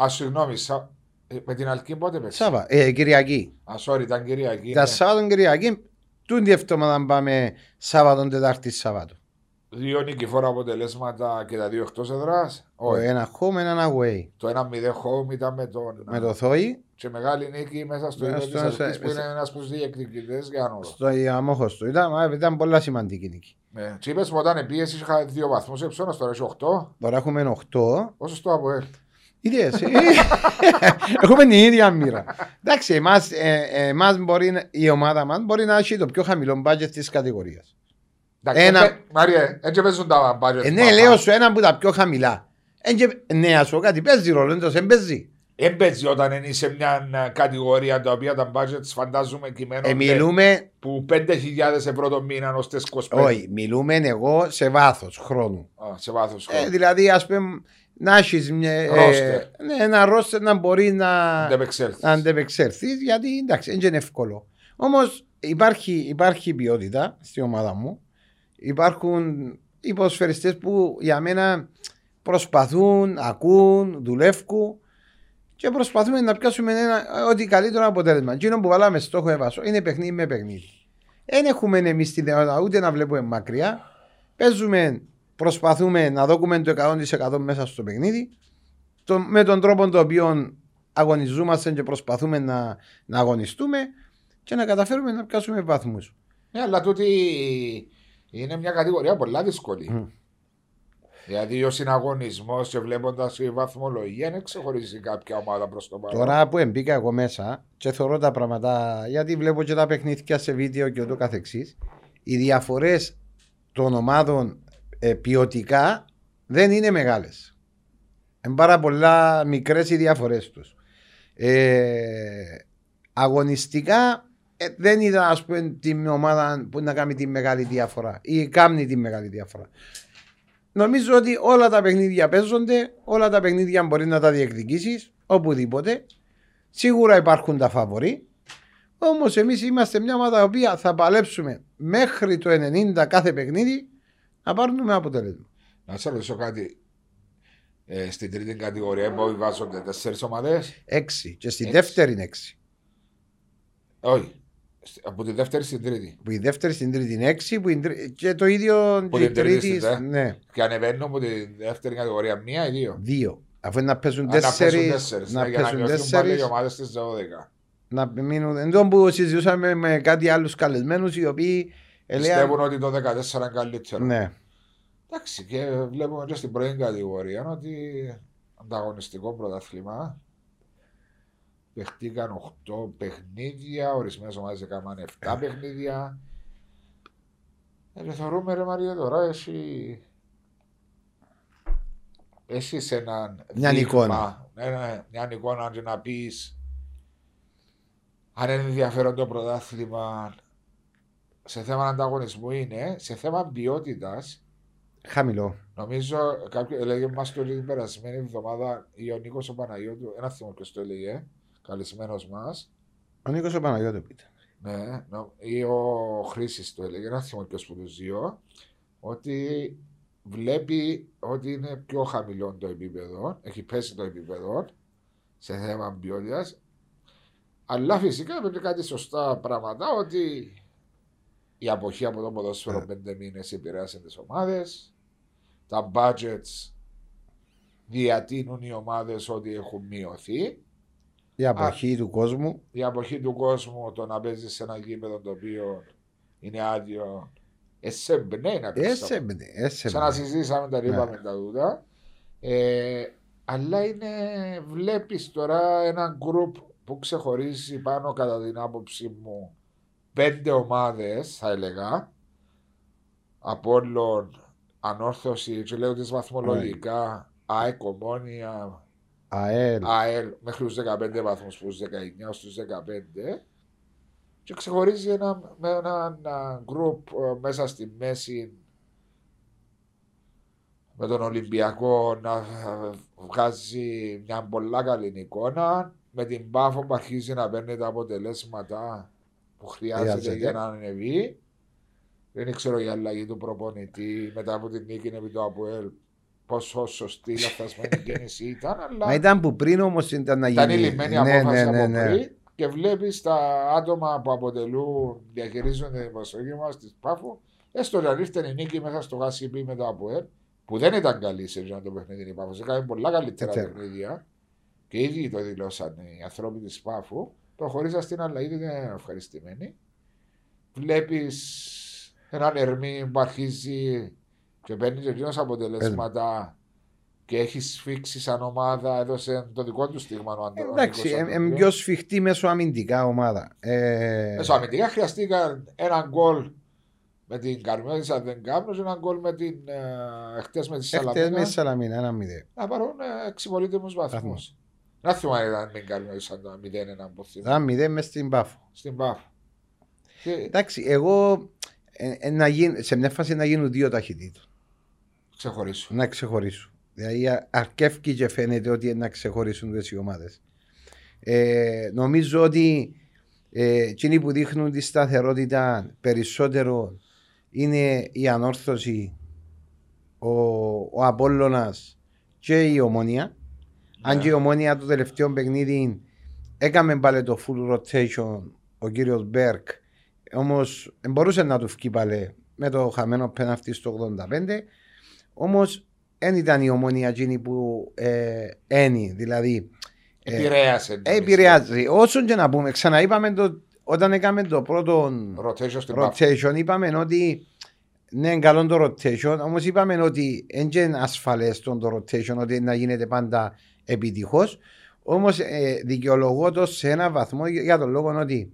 [SPEAKER 1] Α, συγγνώμη, σα- ε, με την Αλκή πότε πέσει.
[SPEAKER 2] Σάββα, ε, Κυριακή.
[SPEAKER 1] Α, sorry, ήταν Κυριακή.
[SPEAKER 2] Τα
[SPEAKER 1] ναι.
[SPEAKER 2] Σάββατο, Κυριακή, τούντι εβδομάδα πάμε Σάββατο, Τετάρτη, Σάββατο.
[SPEAKER 1] Δύο νικηφόρα αποτελέσματα και τα δύο εκτός έδρας.
[SPEAKER 2] Ο
[SPEAKER 1] Όχι.
[SPEAKER 2] ένα home, ένα away.
[SPEAKER 1] Το 1-0 home ήταν με τον.
[SPEAKER 2] Με το Θόη
[SPEAKER 1] Και μεγάλη νίκη μέσα στο
[SPEAKER 2] Μέσα
[SPEAKER 1] ίδιο
[SPEAKER 2] στο-
[SPEAKER 1] τη αρχή
[SPEAKER 2] σε-
[SPEAKER 1] που
[SPEAKER 2] σε-
[SPEAKER 1] είναι ένας από τους διεκδικητές για νόρο.
[SPEAKER 2] στο Ιαμόχωστο. Ήταν, α, ήταν πολλά σημαντική νίκη.
[SPEAKER 1] Ναι. Τι είπε όταν πίεση είχα δύο βαθμούς, έψονα τώρα έχει 8.
[SPEAKER 2] Τώρα έχουμε 8.
[SPEAKER 1] Όσο στο ΑΠΟΕΛ.
[SPEAKER 2] Ήδη εσύ. έχουμε την ίδια μοίρα. Εντάξει, εμάς, ε, εμάς μπορεί, να- η ομάδα μας μπορεί να έχει το πιο χαμηλό μπάτζετ της κατηγορίας.
[SPEAKER 1] Εντάξει,
[SPEAKER 2] Ένα-
[SPEAKER 1] έτσι- Μάριε, έτσι παίζουν τα μπάτζετ.
[SPEAKER 2] Ε, ναι, λέω σου ένα από τα πιο χαμηλά. Ε, και- ναι, ας πω κάτι, παίζει ρόλο, εντός δεν παίζει.
[SPEAKER 1] Έμπαιζε όταν είσαι σε μια ε, κατηγορία τα οποία τα budgets φαντάζομαι κειμένων
[SPEAKER 2] Ε, μιλούμε,
[SPEAKER 1] που 5.000 ευρώ το μήνα ω τι 25.
[SPEAKER 2] όχι, μιλούμε εγώ σε βάθος χρόνου.
[SPEAKER 1] Α, σε βάθος.
[SPEAKER 2] Ε, δηλαδή, ας πούμε, να έχεις
[SPEAKER 1] Roster.
[SPEAKER 2] ναι, ένα ρόστερ να μπορεί να,
[SPEAKER 1] Δεν επεξέλθεις.
[SPEAKER 2] να αντεπεξέλθεις, γιατί εντάξει, δεν είναι εύκολο. Όμως υπάρχει, υπάρχει ποιότητα στην ομάδα μου. Υπάρχουν υποσφαιριστές που για μένα προσπαθούν, ακούν, δουλεύουν και προσπαθούμε να πιάσουμε ένα, ό,τι καλύτερο αποτέλεσμα. Εκείνο που βάλαμε στόχο έβασο είναι παιχνίδι με παιχνίδι. Δεν έχουμε εμείς τη δυνατότητα ούτε να βλέπουμε μακριά. Παίζουμε, προσπαθούμε να δώσουμε το 100% μέσα στο παιχνίδι το, με τον τρόπο τον οποίο αγωνιζόμαστε και προσπαθούμε να, να αγωνιστούμε και να καταφέρουμε να πιάσουμε βαθμούς.
[SPEAKER 1] Ναι, αλλά τούτη είναι μια κατηγορία πολλά δύσκολη.
[SPEAKER 2] Μμ.
[SPEAKER 1] Δηλαδή ο συναγωνισμός και βλέποντας η βαθμολογία δεν ξεχωρίζει κάποια ομάδα προς το παρόν.
[SPEAKER 2] Τώρα που εμπήκα εγώ μέσα και θεωρώ τα πράγματα, γιατί βλέπω και τα παιχνίδια σε βίντεο και ούτω καθεξής, οι διαφορές των ομάδων ε, ποιοτικά δεν είναι μεγάλες. Είναι πάρα πολλά μικρές οι διαφορές τους. Ε, αγωνιστικά ε, δεν είδα ας πούμε την ομάδα που να κάνει τη μεγάλη διαφορά ή κάνει τη μεγάλη διαφορά. Νομίζω ότι όλα τα παιχνίδια παίζονται, όλα τα παιχνίδια μπορεί να τα διεκδικήσεις οπουδήποτε. Σίγουρα υπάρχουν τα φαβορή. Όμως εμείς είμαστε μια ομάδα η οποία θα παλέψουμε μέχρι το 90 κάθε παιχνίδι να πάρουμε αποτέλεσμα.
[SPEAKER 1] Να σε ρωτήσω κάτι. Ε, στην τρίτη κατηγορία υποβιβάζονται τέσσερις ομάδες.
[SPEAKER 2] Έξι. Και στη
[SPEAKER 1] Έξι.
[SPEAKER 2] δεύτερη είναι έξι.
[SPEAKER 1] Όχι. Στη- Από τη δεύτερη στην τρίτη.
[SPEAKER 2] Που η δεύτερη στην τρίτη είναι έξι. Που η τρι- Και το ίδιο
[SPEAKER 1] Που
[SPEAKER 2] και η
[SPEAKER 1] την τρίτη ε?
[SPEAKER 2] τρίτη.
[SPEAKER 1] στην τε-
[SPEAKER 2] Ναι,
[SPEAKER 1] Και ανεβαίνουν από τη δεύτερη κατηγορία μία ή δύο.
[SPEAKER 2] δύο. Αφού να παίζουν
[SPEAKER 1] Α, Να παίζουν
[SPEAKER 2] τέσσερις.
[SPEAKER 1] τέσσερι.
[SPEAKER 2] Να
[SPEAKER 1] Ναι, για να
[SPEAKER 2] παίζουν
[SPEAKER 1] νιώθουν πάλι οι
[SPEAKER 2] τέσσερι.
[SPEAKER 1] ομάδε στι 12.
[SPEAKER 2] Να μείνουν. Εν τω που συζητούσαμε με κάτι άλλους καλεσμένους οι οποίοι. ε, λέγαν-
[SPEAKER 1] Πιστεύουν ότι το 14 είναι καλύτερο.
[SPEAKER 2] Ναι.
[SPEAKER 1] Εντάξει, και βλέπουμε και στην πρώτη κατηγορία ότι ανταγωνιστικό πρωτάθλημα. Παιχτήκαν 8 παιχνίδια, ορισμένες ομάδες έκαναν 7 παιχνίδια. Ε, και θεωρούμε ρε Μαρία τώρα εσύ. Εσύ έναν.
[SPEAKER 2] Μια
[SPEAKER 1] δείγμα,
[SPEAKER 2] εικόνα.
[SPEAKER 1] Ναι, ναι, μια εικόνα και να πεις. Αν είναι ενδιαφέρον το πρωτάθλημα σε θέμα ανταγωνισμού είναι, σε θέμα ποιότητας
[SPEAKER 2] Χαμηλό.
[SPEAKER 1] Νομίζω κάποιο έλεγε μας το την περασμένη εβδομάδα ή ο Νίκος ο Παναγιώτου, ένα θυμό ποιος το έλεγε, καλεσμένος μας.
[SPEAKER 2] Ο Νίκος ο Παναγιώτου πείτε.
[SPEAKER 1] Ναι, νο- ή ο Χρήσης το έλεγε, ένα θυμό ποιος που του δύο, ότι βλέπει ότι είναι πιο χαμηλό το επίπεδο, έχει πέσει το επίπεδο σε θέμα ποιότητας. Αλλά φυσικά έπρεπε κάτι σωστά πράγματα ότι η αποχή από το ποδόσφαιρο
[SPEAKER 2] Ε.
[SPEAKER 1] πέντε μήνες επηρέασε τις ομάδες. Τα budgets διατείνουν οι ομάδες ότι έχουν μειωθεί.
[SPEAKER 2] Η αποχή του κόσμου.
[SPEAKER 1] Η αποχή του κόσμου το να παίζεις σε ένα γήπεδο το οποίο είναι άδειο. Εσέμπνε ναι, να παίζει.
[SPEAKER 2] Έσεμπνε, έσεμπνε.
[SPEAKER 1] Ξανασυζήτησαμε τα
[SPEAKER 2] Ε, Ναι.
[SPEAKER 1] είπαμε τα τούτα. Ε, αλλά είναι, βλέπεις τώρα ένα γκρουπ που ξεχωρίζει πάνω κατά την άποψή μου πέντε ομάδες θα έλεγα από όλων ανόρθωση και λέω τις βαθμολογικά ΑΕΚ, Ομόνια,
[SPEAKER 2] ΑΕΛ.
[SPEAKER 1] ΑΕΛ μέχρι τους 15 βαθμούς στους 19 στους 15 και ξεχωρίζει ένα, με ένα, ένα γκρουπ ε, μέσα στη μέση με τον Ολυμπιακό να ε, βγάζει μια πολλά καλή εικόνα με την Πάφο που αρχίζει να παίρνει τα αποτελέσματα που χρειάζεται
[SPEAKER 2] Χρειάζεται.
[SPEAKER 1] για να ανεβεί δεν ξέρω η αλλαγή του προπονητή μετά από την νίκη επί του ΑΠΟΕΛ πόσο σωστή λαθασμένη κίνηση ήταν αλλά
[SPEAKER 2] Μα ήταν που πριν όμως ήταν να γίνει.
[SPEAKER 1] ήταν η λυμμένη
[SPEAKER 2] Ναι,
[SPEAKER 1] απόφαση
[SPEAKER 2] ναι, ναι,
[SPEAKER 1] από
[SPEAKER 2] ναι.
[SPEAKER 1] πριν και βλέπεις τα άτομα που αποτελούν, διαχειρίζονται την προσοχή μας τη Πάφου Έστω να ήρθε η νίκη μέσα στο Γασιμπή μετά από ΕΡ, που δεν ήταν καλή σε αυτό το παιχνίδι η Πάφο. Έκανε πολλά καλύτερα
[SPEAKER 2] Τετέρα.
[SPEAKER 1] παιχνίδια και ήδη το δηλώσαν οι άνθρωποι της Πάφου. Προχωρήσα στην αλλαγή, δεν είναι ευχαριστημένοι. Βλέπεις έναν Ερμή που αρχίζει και παίρνει και εκείνος αποτελέσματα και έχει σφίξει σαν ομάδα. Έδωσε το δικό του στίγμα ο Αντρέα.
[SPEAKER 2] Εντάξει, είναι πιο σφιχτή μέσω αμυντικά ομάδα. Ε,
[SPEAKER 1] Μέσω αμυντικά χρειαστήκαν ένα γκολ με την Καρμέλη, αν δεν κάνω, και ένα γκολ με την ε, χτες με τη
[SPEAKER 2] Έχετε με
[SPEAKER 1] Σαλαμίνα.
[SPEAKER 2] τη Σαλαμίνα, ένα μηδέν.
[SPEAKER 1] Να πάρουν εξυπολίτημους βαθμούς.
[SPEAKER 2] Βαθμούς.
[SPEAKER 1] Να θυμάμαι αν ήταν με την Καρμέλη σαν το 0-1 που θυμάμαι,
[SPEAKER 2] Ένα μηδέν μες στην Πάφο.
[SPEAKER 1] στην Πάφο. Και
[SPEAKER 2] Εντάξει, εγώ ε, ε, να γίν- σε μια φάση να γίνουν δύο ταχυτήτων.
[SPEAKER 1] ξεχωρίσουν.
[SPEAKER 2] Να ξεχωρίσουν. Δηλαδή α- αρκεύκει και φαίνεται ότι είναι να ξεχωρίσουν τις οι ομάδες. Ε, νομίζω ότι ε, εκείνοι που δείχνουν τη σταθερότητα περισσότερο είναι η ανόρθωση, ο, ο Απόλλωνας και η Ομόνια. Αν
[SPEAKER 1] Ε, Ναι.
[SPEAKER 2] και η Ομόνια το τελευταίο παιχνίδι έκαμε πάλι το full rotation ο κύριος Μπέρκ. Όμως μπορούσε να του φύγει πάλι με το χαμένο πέναλτι στο 85. Όμω δεν ήταν η ομονία εκείνη που ε, ένι, δηλαδή. ε,
[SPEAKER 1] Επηρέασε. την
[SPEAKER 2] επηρεάζει. Όσο και να πούμε, ξαναείπαμε το, όταν έκαμε το πρώτο
[SPEAKER 1] Rotation στην Πάφο.
[SPEAKER 2] rotation, είπαμε ότι ναι, είναι καλό το rotation, όμως είπαμε ότι δεν είναι ασφαλέ το rotation, ότι να γίνεται πάντα επιτυχώς. Όμως ε, δικαιολογώ το σε ένα βαθμό για- για τον λόγο ότι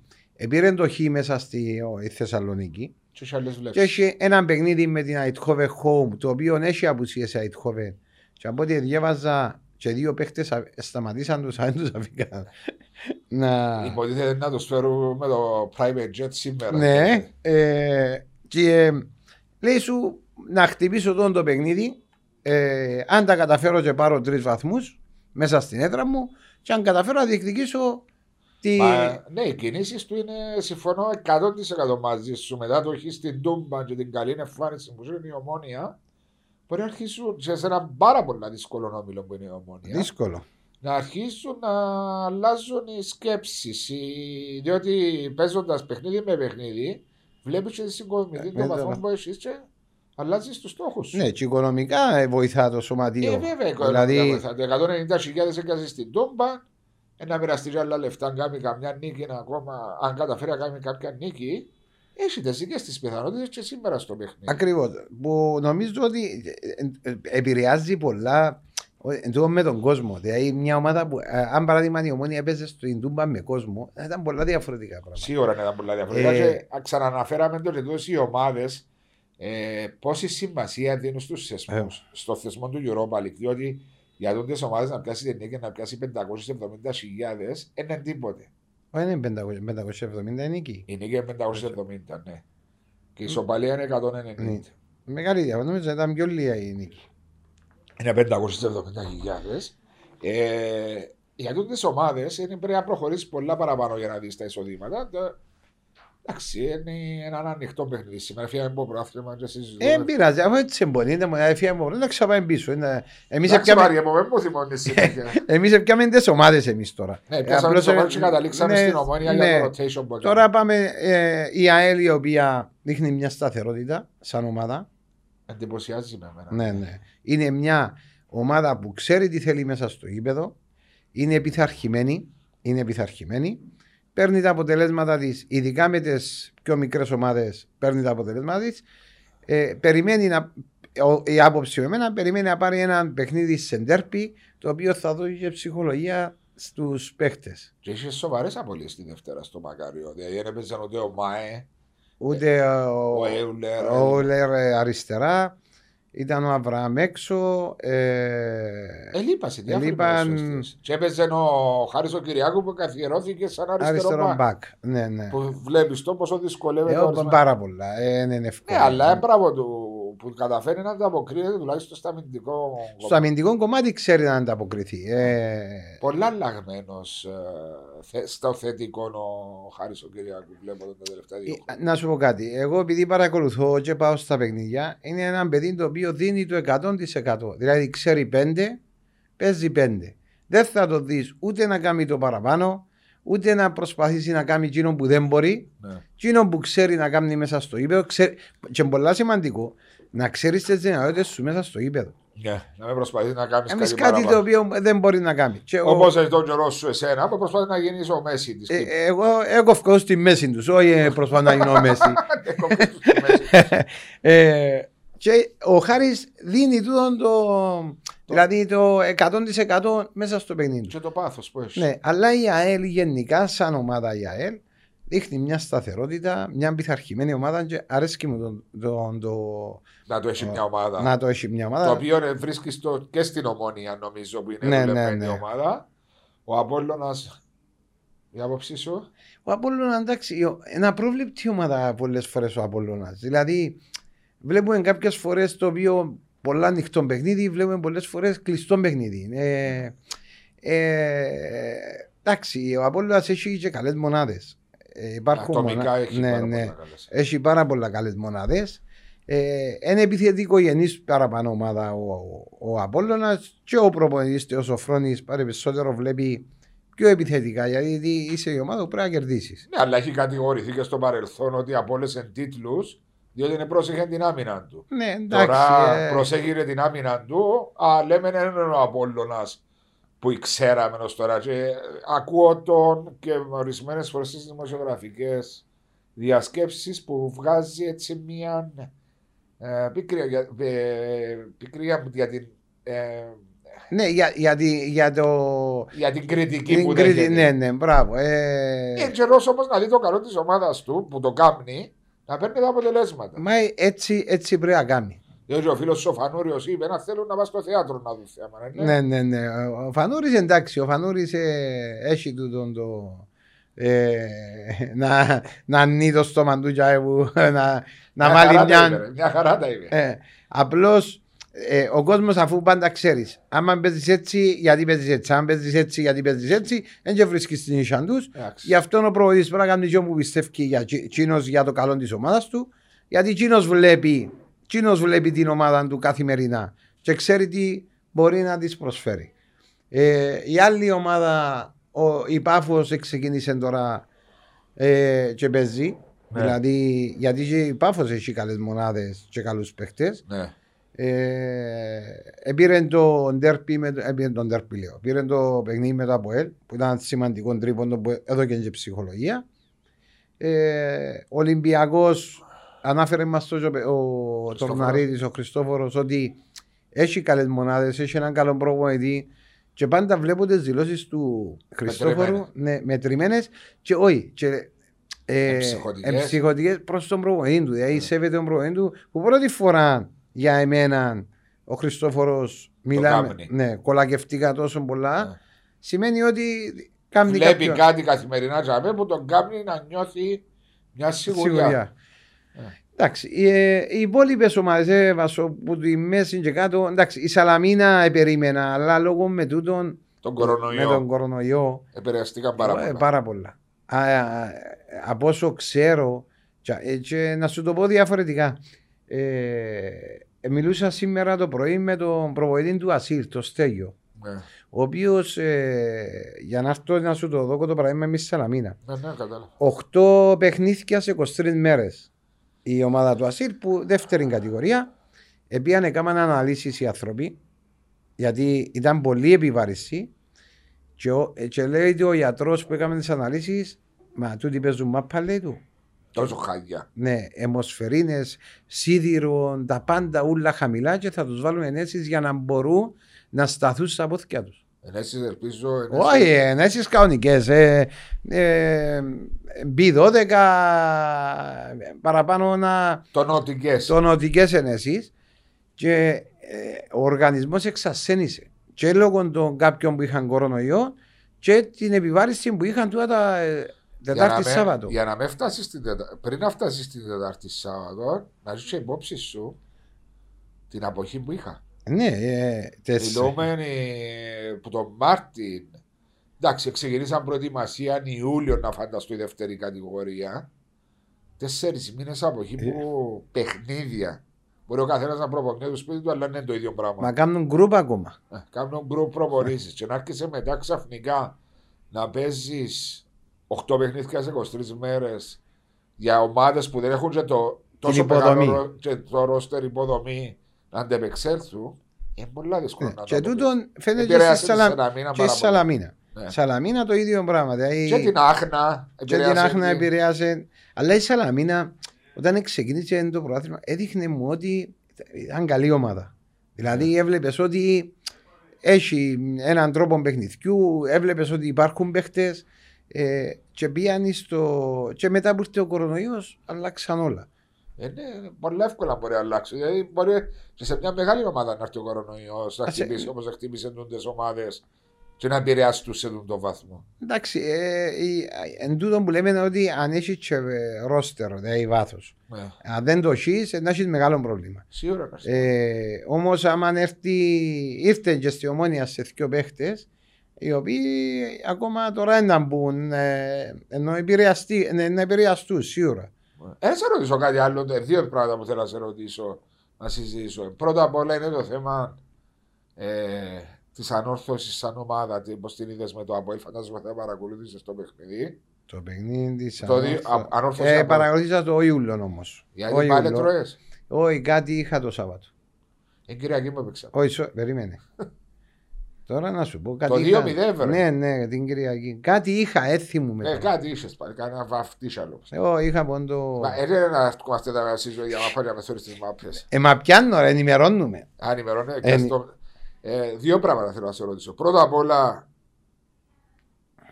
[SPEAKER 2] πήρε το χ μέσα στη ο, η Θεσσαλονίκη
[SPEAKER 1] Και είχε άλλες
[SPEAKER 2] και
[SPEAKER 1] βλέψεις.
[SPEAKER 2] έχει ένα παιχνίδι με την Αιτχόβε Home, το οποίο έχει απουσίες η Αιτχόβε. Και από ό,τι διάβαζα, και δύο παίχτες α- σταματήσαν τους, αν τους αφήκαν. να...
[SPEAKER 1] Υποτίθεται να τους φέρουν με το private jet σήμερα.
[SPEAKER 2] Ναι. ε, και ε, λέει σου να χτυπήσω τον το παιχνίδι. ε, αν τα καταφέρω και πάρω τρεις βαθμούς μέσα στην έδρα μου, και αν καταφέρω να διεκδικήσω τη.
[SPEAKER 1] Μα, ναι, οι κινήσεις του είναι, συμφωνώ 100% μαζί σου. Μετά το έχεις στην Τούμπα και την καλή εμφάνιση που σου είναι η ομόνια, μπορεί να αρχίσουν σε ένα πάρα πολύ δύσκολο όμιλο που είναι η ομόνια.
[SPEAKER 2] Δύσκολο.
[SPEAKER 1] Να αρχίσουν να αλλάζουν οι σκέψεις. Διότι παίζοντας παιχνίδι με παιχνίδι, βλέπεις και τη συγκομιδή
[SPEAKER 2] Ε,
[SPEAKER 1] των
[SPEAKER 2] βέβαια.
[SPEAKER 1] βαθμών που έχεις και αλλάζει τους στόχους.
[SPEAKER 2] Ναι, και οικονομικά ε, βοηθά το σωματείο.
[SPEAKER 1] Ε, βέβαια,
[SPEAKER 2] δηλαδή,
[SPEAKER 1] δηλαδή... 190.000 έκασες στην Τόμπα. Ένα μοιραστήριο άλλα λεφτά, αν κάνει καμιά νίκη, ένα ακόμα, αν καταφέρει να κάνει κάποια νίκη, έχει τι δικέ τη πιθανότητες και σήμερα στο παιχνίδι.
[SPEAKER 2] Ακριβώς. Που νομίζω ότι ε, ε, ε, επηρεάζει πολλά ο- εν τούτο με τον κόσμο. Δηλαδή, μια ομάδα που, ε, αν παράδειγμα η ομόνια έπαιζε στην Τούμπα με κόσμο, θα ήταν πολλά διαφορετικά πράγματα.
[SPEAKER 1] Σίγουρα ήταν πολλά διαφορετικά.
[SPEAKER 2] Ε,
[SPEAKER 1] και ξαναναφέραμε το ότι οι ομάδες ε, πόση σημασία δίνουν στους θεσμούς,
[SPEAKER 2] Ε.
[SPEAKER 1] στο θεσμό του Europa League. Διότι για τότε ομάδες να πιάσει την νίκη να πιάσει 570.000 δεν είναι ε, ναι, τίποτε.
[SPEAKER 2] Όχι, είναι 570 είναι νίκη.
[SPEAKER 1] Η νίκη είναι 570, ναι. Και η ισοπαλία είναι 190.
[SPEAKER 2] Ε. Ναι. Μεγάλη διαφορά. Νομίζω ήταν πιο λίγα η νίκη.
[SPEAKER 1] είναι 570.000. Ε, για τούτε τι ομάδε πρέπει να προχωρήσεις πολλά παραπάνω για να δεις τα εισοδήματα. Τα- Εντάξει, είναι ένα ανοιχτό παιχνίδι. Σήμερα φύγαμε από πρόθυμα και συζητούμε.
[SPEAKER 2] Ε, Δεν πειράζει. Αφού έτσι εμπονείται, μου έφυγε από να ξαπάμε πίσω. Είναι- Εμείς
[SPEAKER 1] Εντάξει,
[SPEAKER 2] έπιαμε-
[SPEAKER 1] Μάρια μου, δεν μου θυμώνεις συνέχεια.
[SPEAKER 2] Εμείς έπιαμε τις ομάδες εμείς τώρα.
[SPEAKER 1] Ναι,
[SPEAKER 2] Ε,
[SPEAKER 1] πιάσαμε
[SPEAKER 2] απλώς,
[SPEAKER 1] το
[SPEAKER 2] ε,
[SPEAKER 1] μάτι και καταλήξαμε
[SPEAKER 2] ναι,
[SPEAKER 1] στην ομόνια
[SPEAKER 2] ναι.
[SPEAKER 1] για το rotation που έκανε.
[SPEAKER 2] Τώρα πάμε ε, η ΑΕΛ η οποία δείχνει μια σταθερότητα σαν ομάδα.
[SPEAKER 1] Εντυπωσιάζει με εμένα.
[SPEAKER 2] Ναι, ναι. Είναι μια ομάδα που ξέρει τι θέλει μέσα στο γήπεδο. Είναι επιθαρχημένη. Είναι επιθαρχημένη. Παίρνει τα αποτελέσματα της, ειδικά με τις πιο μικρές ομάδες, παίρνει τα αποτελέσματα της. Ε, περιμένει να, ο- η άποψη με εμένα περιμένει να πάρει ένα παιχνίδι σε ντέρπι το οποίο θα δώσει και ψυχολογία στους παίχτες.
[SPEAKER 1] Και είχες σοβαρές απολύσει τη Δευτέρα στο Μακάριο. Δηλαδή δεν έπαιζαν ούτε ο Μάε,
[SPEAKER 2] Ούτε ο,
[SPEAKER 1] ο Έουλερ.
[SPEAKER 2] Ε, ο Όλερ αριστερά, ήταν ο Αβραάμ έξω. ε,
[SPEAKER 1] Ελείπασε διάφοροι
[SPEAKER 2] Ελείπαν-
[SPEAKER 1] ποδοσφαιριστές. Και έπαιζε ο Χάρης ο Κυριάκου που καθιερώθηκε σαν αριστερό,
[SPEAKER 2] αριστερό
[SPEAKER 1] μπακ.
[SPEAKER 2] μπακ. Ναι, ναι.
[SPEAKER 1] Που βλέπεις το πόσο
[SPEAKER 2] Ε,
[SPEAKER 1] δυσκολεύεται.
[SPEAKER 2] ο-
[SPEAKER 1] ορισμένα-
[SPEAKER 2] πάρα πολλά. Ε, ναι, είναι
[SPEAKER 1] Ναι,
[SPEAKER 2] εύκολο.
[SPEAKER 1] αλλά μπράβο του που καταφέρει να ανταποκρίνεται τουλάχιστον στα αμυντικό.
[SPEAKER 2] Στο αμυντικό κομμάτι ξέρει να ανταποκριθεί. Ε,
[SPEAKER 1] Πολλά αλλαγμένο ε, στο θετικό ο Χάρης ο Κυριάκου. Βλέπω τον τα τελευταία δύο.
[SPEAKER 2] ε, να σου πω κάτι. Εγώ επειδή παρακολουθώ και πάω στα παιχνίδια, είναι ένα παιδί το οποίο δίνει το 100%. Δηλαδή ξέρει 5, παίζει 5. Δεν θα το δεις ούτε να κάνει το παραπάνω, ούτε να προσπαθήσει να κάνει εκείνο που δεν μπορεί,
[SPEAKER 1] Ναι.
[SPEAKER 2] εκείνο που ξέρει να κάνει μέσα στο ύπεδο. Ξέρει... Και πολλά σημαντικό, να ξέρεις τις δυνατότητες σου μέσα στο ύπεδο.
[SPEAKER 1] Ναι. Να μην προσπαθεί να κάνεις
[SPEAKER 2] Εμείς
[SPEAKER 1] κάτι,
[SPEAKER 2] κάτι το
[SPEAKER 1] παραπάνω.
[SPEAKER 2] οποίο δεν μπορεί να κάνει. Και ο-
[SPEAKER 1] Όπως έχει τον καιρό σου εσένα, που προσπαθεί να γίνεις ο Μέση της
[SPEAKER 2] ε, ε, εγώ έχω ευκαιρία στη μέση τους, όχι ε, προσπαθώ να γίνω μέση. Ε, και ο Χάρης δίνει τούτον το. Δηλαδή το 100% μέσα στο παιχνίδι. του.
[SPEAKER 1] Και το πάθος που έχεις.
[SPEAKER 2] ε, Ναι, αλλά η ΑΕΛ γενικά, σαν ομάδα η ΑΕΛ, δείχνει μια σταθερότητα, μια πειθαρχημένη ομάδα και αρέσκει μου τον- τον- το-
[SPEAKER 1] Να το έχει μια ομάδα.
[SPEAKER 2] Ε, να το έχει μια ομάδα.
[SPEAKER 1] Το οποίο ε, βρίσκεις στο- και στην ομόνια, νομίζω, που είναι
[SPEAKER 2] Ναι, ναι,
[SPEAKER 1] δουλεμένη
[SPEAKER 2] ναι.
[SPEAKER 1] ομάδα. Ο Απόλλωνας, η άποψή σου.
[SPEAKER 2] Ο Απόλλωνας, εντάξει, ο- είναι απρόβλεπτη ομάδα πολλές φορές ο Απόλλωνας. Δηλαδή, βλέπουμε κάποιες φορές το οποίο πολλά ανοιχτό παιχνίδι, βλέπουμε πολλές φορές κλειστό παιχνίδι. Ε, ε, εντάξει, ο Απόλλωνας έχει και καλές μονάδες. Ε, υπάρχουν
[SPEAKER 1] Ατομικά
[SPEAKER 2] μονα-
[SPEAKER 1] έχει
[SPEAKER 2] ναι,
[SPEAKER 1] πάρα
[SPEAKER 2] ναι.
[SPEAKER 1] πολλά καλές.
[SPEAKER 2] Έχει πάρα πολλά καλές μονάδες. Ε, είναι επιθετικό γενής παραπάνω ομάδα ο, ο, ο Απόλλωνας και ο προπονητής και ο Σοφρόνης πάρε περισσότερο βλέπει πιο επιθετικά γιατί είσαι η ομάδα που πρέπει να κερδίσεις.
[SPEAKER 1] Ναι, αλλά έχει κατηγορηθεί και στο παρελθόν ότι απόλυσε τίτλους διότι δεν πρόσεχε την άμυνα του.
[SPEAKER 2] Ναι, εντάξει.
[SPEAKER 1] Τώρα
[SPEAKER 2] ε,
[SPEAKER 1] προσέγειρε την άμυνα του, αλλά λέμε ναι, είναι ο Απόλλωνας που ξέραμε ως τώρα. Και ε, ακούω τον και ορισμένες φορές στι δημοσιογραφικές διασκέψεις που βγάζει έτσι μια ε, πικρία, για- ε, πικρία για, την, ε,
[SPEAKER 2] Ναι, για, γιατί, για το.
[SPEAKER 1] για την κριτική
[SPEAKER 2] Την
[SPEAKER 1] που
[SPEAKER 2] Κρήτη,
[SPEAKER 1] δέχεται.
[SPEAKER 2] ναι, ναι, μπράβο. Ε,
[SPEAKER 1] Είναι καιρός όμως να δει το καλό της ομάδας του που το κάνει να παίρνει τα αποτελέσματα.
[SPEAKER 2] μα έτσι, έτσι πρέπει να κάνει.
[SPEAKER 1] Διότι ο φίλος Σοφανούριος είπε να θέλουν να πας στο θέατρο να δουν θέαμα. ναι.
[SPEAKER 2] Ναι, ναι, ναι. Ο Φανούρης εντάξει, ο Φανούρης ε, έχει τούτον το. Ε, να, να ανεί το στόμα του και που- να, να βάλει
[SPEAKER 1] χαρά τα Ε,
[SPEAKER 2] μια.
[SPEAKER 1] είπε, ρε. Μια χαρά τα είπε.
[SPEAKER 2] Ε, Απλώς ε, ο κόσμος αφού πάντα ξέρεις, άμα παίζεις έτσι, γιατί παίζεις έτσι, αν παίζεις έτσι, γιατί παίζεις έτσι, δεν βρίσκεις την ίσια τους.
[SPEAKER 1] Εντάξει.
[SPEAKER 2] Γι' αυτόν ο προπονητής πρέπει να κάνει τζιό που πιστεύει για τσίνος για το καλό της ομάδας του γιατί τσίνος βλέπει, τσίνος βλέπει την ομάδα του καθημερινά και ξέρει τι μπορεί να της προσφέρει. Ε, η άλλη ομάδα, ο, η Πάφος ξεκίνησε τώρα ε, και παίζει
[SPEAKER 1] Ναι.
[SPEAKER 2] δηλαδή γιατί και η Πάφος έχει καλές μονάδες και καλούς παίχτες
[SPEAKER 1] Ναι.
[SPEAKER 2] ε, επήρε το ντέρπι, με, το- επήρε το ντέρπι λέω, επήρε το παιχνίδι με το ΑΠΟΕΛ που ήταν σημαντικό τρίποντο που έδωκε και ψυχολογία. Ε, ο Ολυμπιακός ανάφερε μας τόσο ο, ο Τορναρίδης, ο Χριστόφορος ότι έχει καλές μονάδες, έχει έναν καλό προπονητή και πάντα βλέπω τις δηλώσεις του Χριστόφορου
[SPEAKER 1] Μετρημένες.
[SPEAKER 2] ναι, μετρημένες και όχι και ε,
[SPEAKER 1] Εμψυχωτικές.
[SPEAKER 2] εμψυχωτικές προς τον προπονητή του.
[SPEAKER 1] Ε.
[SPEAKER 2] Δηλαδή σέβεται τον προπονητή του που πρώτη φορά για εμένα ο Χριστόφορος μιλάμε,
[SPEAKER 1] κάμνει.
[SPEAKER 2] ναι, κολακευτήκα τόσο πολλά
[SPEAKER 1] Ναι.
[SPEAKER 2] σημαίνει ότι κάνει
[SPEAKER 1] Βλέπει
[SPEAKER 2] κάποιο-
[SPEAKER 1] κάτι καθημερινά τζαμέ που τον κάνει να νιώθει μια σιγουριά. Ε.
[SPEAKER 2] Εντάξει, οι, ε, οι υπόλοιπες ομάδες που τη μέση και κάτω, εντάξει, η Σαλαμίνα επερίμενα, αλλά λόγω με τούτον
[SPEAKER 1] Τον
[SPEAKER 2] με
[SPEAKER 1] κορονοϊό.
[SPEAKER 2] τον κορονοϊό
[SPEAKER 1] Επηρεαστήκαν πάρα
[SPEAKER 2] ε,
[SPEAKER 1] πολύ.
[SPEAKER 2] πάρα πολλά. Α, α, από όσο ξέρω, και, ε, και να σου το πω διαφορετικά. Ε, ε, μιλούσα σήμερα το πρωί με τον προβοητή του Ασίλ, το Στέγιο,
[SPEAKER 1] Ναι,
[SPEAKER 2] ο οποίος για να έρθω να σου το δω το πράγμα με Σαλαμίνα.
[SPEAKER 1] ναι, ναι, κατάλαβα.
[SPEAKER 2] 8 παιχνίδια σε 23 μέρες. Η ομάδα του Ασύρ, που δεύτερη κατηγορία, επίαν έκαναν αναλύσεις οι άνθρωποι, γιατί ήταν πολύ επιβάρηση. Και, ο- και λέει ότι ο γιατρός που έκανε τις αναλύσεις, μα τούτοι παίζουν μάπα, λέει του.
[SPEAKER 1] Τόσο χάλια.
[SPEAKER 2] Ναι, αιμοσφαιρίνες, σίδηρο, τα πάντα ούλα χαμηλά και θα τους βάλουν ενέσεις για να μπορούν να σταθούν στα πόθηκια τους.
[SPEAKER 1] Ενέσεις, ελπίζω. ενέσεις.
[SPEAKER 2] Όχι, ενέσεις κανονικές. Ε, ε, B12 παραπάνω να
[SPEAKER 1] Τον νοτικέ.
[SPEAKER 2] τονωτικέ ενέσεις. Και ε, ο οργανισμός εξασθένησε. Και λόγω των κάποιων που είχαν κορονοϊό και την επιβάρηση που είχαν τούτα τα ε, Τετάρτη Σάββατο.
[SPEAKER 1] Για να με φτάσεις την Τετάρτη. Πριν να φτάσεις την Τετάρτη Σάββατο, να ζήσει υπόψη σου την αποχή που είχα.
[SPEAKER 2] Ναι, ε, τες-
[SPEAKER 1] Μιλούμενοι που τον Μάρτιν. Εντάξει, ξεκινήσαν προετοιμασία Ιούλιο να φανταστώ η δεύτερη κατηγορία. Τέσσερις μήνες από εκεί που
[SPEAKER 2] Ε.
[SPEAKER 1] παιχνίδια. Μπορεί ο καθένας να προπονιέται στο σπίτι του, αλλά δεν είναι το ίδιο
[SPEAKER 2] Μα
[SPEAKER 1] πράγμα.
[SPEAKER 2] κάνουν γκρουπ ακόμα.
[SPEAKER 1] Ε, Κάνουν γκρουπ προπονήσεις. Και να άρχισε μετά ξαφνικά να παίζεις 8 παιχνίδια σε 23 μέρες για ομάδες που δεν έχουν και το, τόσο
[SPEAKER 2] υποδομή.
[SPEAKER 1] μεγάλο ρο- και το ρόστερ υποδομή να αντεπεξέλθουν, είναι πολύ δύσκολο
[SPEAKER 2] Ναι.
[SPEAKER 1] να
[SPEAKER 2] Και
[SPEAKER 1] το πετύχεις.
[SPEAKER 2] τούτον φαίνεται ναι, και
[SPEAKER 1] Επηρέασε
[SPEAKER 2] στη
[SPEAKER 1] τη
[SPEAKER 2] Σαλαμ-
[SPEAKER 1] Σαλαμίνα
[SPEAKER 2] και
[SPEAKER 1] πάρα
[SPEAKER 2] στη
[SPEAKER 1] πολύ.
[SPEAKER 2] Σαλαμίνα.
[SPEAKER 1] Ναι.
[SPEAKER 2] Σαλαμίνα το ίδιο πράγμα. δηλαδή-
[SPEAKER 1] Και την Άχνα.
[SPEAKER 2] και την
[SPEAKER 1] επηρέασε
[SPEAKER 2] Άχνα
[SPEAKER 1] την-
[SPEAKER 2] επηρέασε. Αλλά η Σαλαμίνα, όταν ξεκίνησε το πρωτάθλημα, έδειχνε μου ότι ήταν καλή ομάδα. Δηλαδή, έβλεπες ότι έχει έναν τρόπο παιχνιδιού, έβλεπες ότι υπάρχουν παίχτες. Ε, και πήγαν στο. και μετά που ήρθε ο κορονοϊός, αλλάξαν όλα.
[SPEAKER 1] Ε, ναι, πολύ εύκολα μπορεί να αλλάξει. Δηλαδή μπορεί και σε μια μεγάλη ομάδα να έρθει ο κορονοϊός, να
[SPEAKER 2] Ας,
[SPEAKER 1] χτυπήσει
[SPEAKER 2] ε,
[SPEAKER 1] όπω χτύπησε τι ομάδες και να επηρεάσει τους σε τον βαθμό.
[SPEAKER 2] Εντάξει, ε, η- εν τούτο που λέμε είναι ότι αν έχεις ρόστερο, δηλαδή βάθος.
[SPEAKER 1] Ναι.
[SPEAKER 2] Αν δεν το έχεις, να έχεις μεγάλο πρόβλημα.
[SPEAKER 1] Σίγουρα. Ε,
[SPEAKER 2] Ε, Όμως, άμα έρθει, ήρθε και στη ομόνια σε δύο παίχτες, οι οποίοι ακόμα τώρα είναι να μπουν, ε, ενώ επηρεαστεί- ε, να επηρεαστούν σίγουρα.
[SPEAKER 1] ε, σε ρωτήσω κάτι άλλο. τε- Δύο πράγματα που θέλω να σε ρωτήσω, να συζητήσω. Πρώτα απ' όλα είναι το θέμα ε, της ανόρθωσης σαν ομάδα. Πώς την είδες με το Αποέλ, φαντάζομαι θα παρακολούθησες το παιχνίδι.
[SPEAKER 2] Το παιχνίδι της
[SPEAKER 1] Το δι-
[SPEAKER 2] Ανόρθω-
[SPEAKER 1] α- ανόρθωσης
[SPEAKER 2] Ε,
[SPEAKER 1] από-
[SPEAKER 2] παρακολούθησα το Ιούλο όμως.
[SPEAKER 1] Γιατί πάλι τρώες.
[SPEAKER 2] Όχι, κάτι είχα το Σάββατο.
[SPEAKER 1] Ε, Κυριακή μου έπαιξα.
[SPEAKER 2] Όχι, σο- περίμενε. Τώρα να σου πω κάτι.
[SPEAKER 1] Το
[SPEAKER 2] είχα-
[SPEAKER 1] 2-0 βρε.
[SPEAKER 2] Ναι, ναι, την Κυριακή. Κάτι είχα, έθιμου μετά. Ε,
[SPEAKER 1] Ε, κάτι είσαι πάλι, κανένα βαφτίσαλο.
[SPEAKER 2] Εγώ είχα πόντο.
[SPEAKER 1] Μα ε- έρχεται να αρκούμαστε τα γασίζω για μαφάρια με θωρείς τις μάπιες.
[SPEAKER 2] Ε, μα πιάνω, ρε, ενημερώνουμε.
[SPEAKER 1] Αν ημερώνε,
[SPEAKER 2] Ε,
[SPEAKER 1] ε, δύο πράγματα θέλω να σε ρωτήσω. Πρώτα απ' όλα,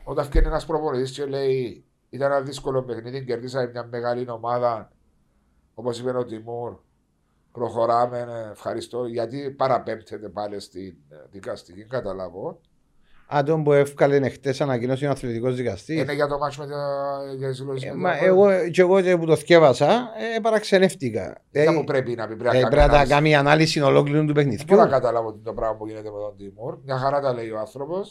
[SPEAKER 1] όταν βγαίνει ένας προπονητής και λέει ήταν ένα δύσκολο παιχνίδι, κερδίσαμε μια μεγάλη ομάδα, όπως είπε ο Τιμούρ, προχωράμε, ε, ευχαριστώ, γιατί παραπέμπτεται πάλι στην ε, δικαστική, καταλάβω.
[SPEAKER 2] Άτομο που εύκαλε χτες ανακοίνωση ο αθλητικός δικαστής.
[SPEAKER 1] Είναι για το μάτσο με τα για τις συλλογές
[SPEAKER 2] Ε,
[SPEAKER 1] με
[SPEAKER 2] μα
[SPEAKER 1] τα-
[SPEAKER 2] εγώ, και εγώ και που το σκεύασα, ε, παραξενεύτηκα.
[SPEAKER 1] Τι
[SPEAKER 2] Ε,
[SPEAKER 1] μου πρέπει να πει,
[SPEAKER 2] ε,
[SPEAKER 1] πρέπει να
[SPEAKER 2] πρέπει να τα
[SPEAKER 1] κάνεις
[SPEAKER 2] κάνει η ανάλυση ολόκληρου του
[SPEAKER 1] Πού
[SPEAKER 2] παιχνιδιού.
[SPEAKER 1] να καταλάβω τι είναι το πράγμα που γίνεται με τον Τιμούρ. Μια χαρά τα λέει ο άνθρωπος.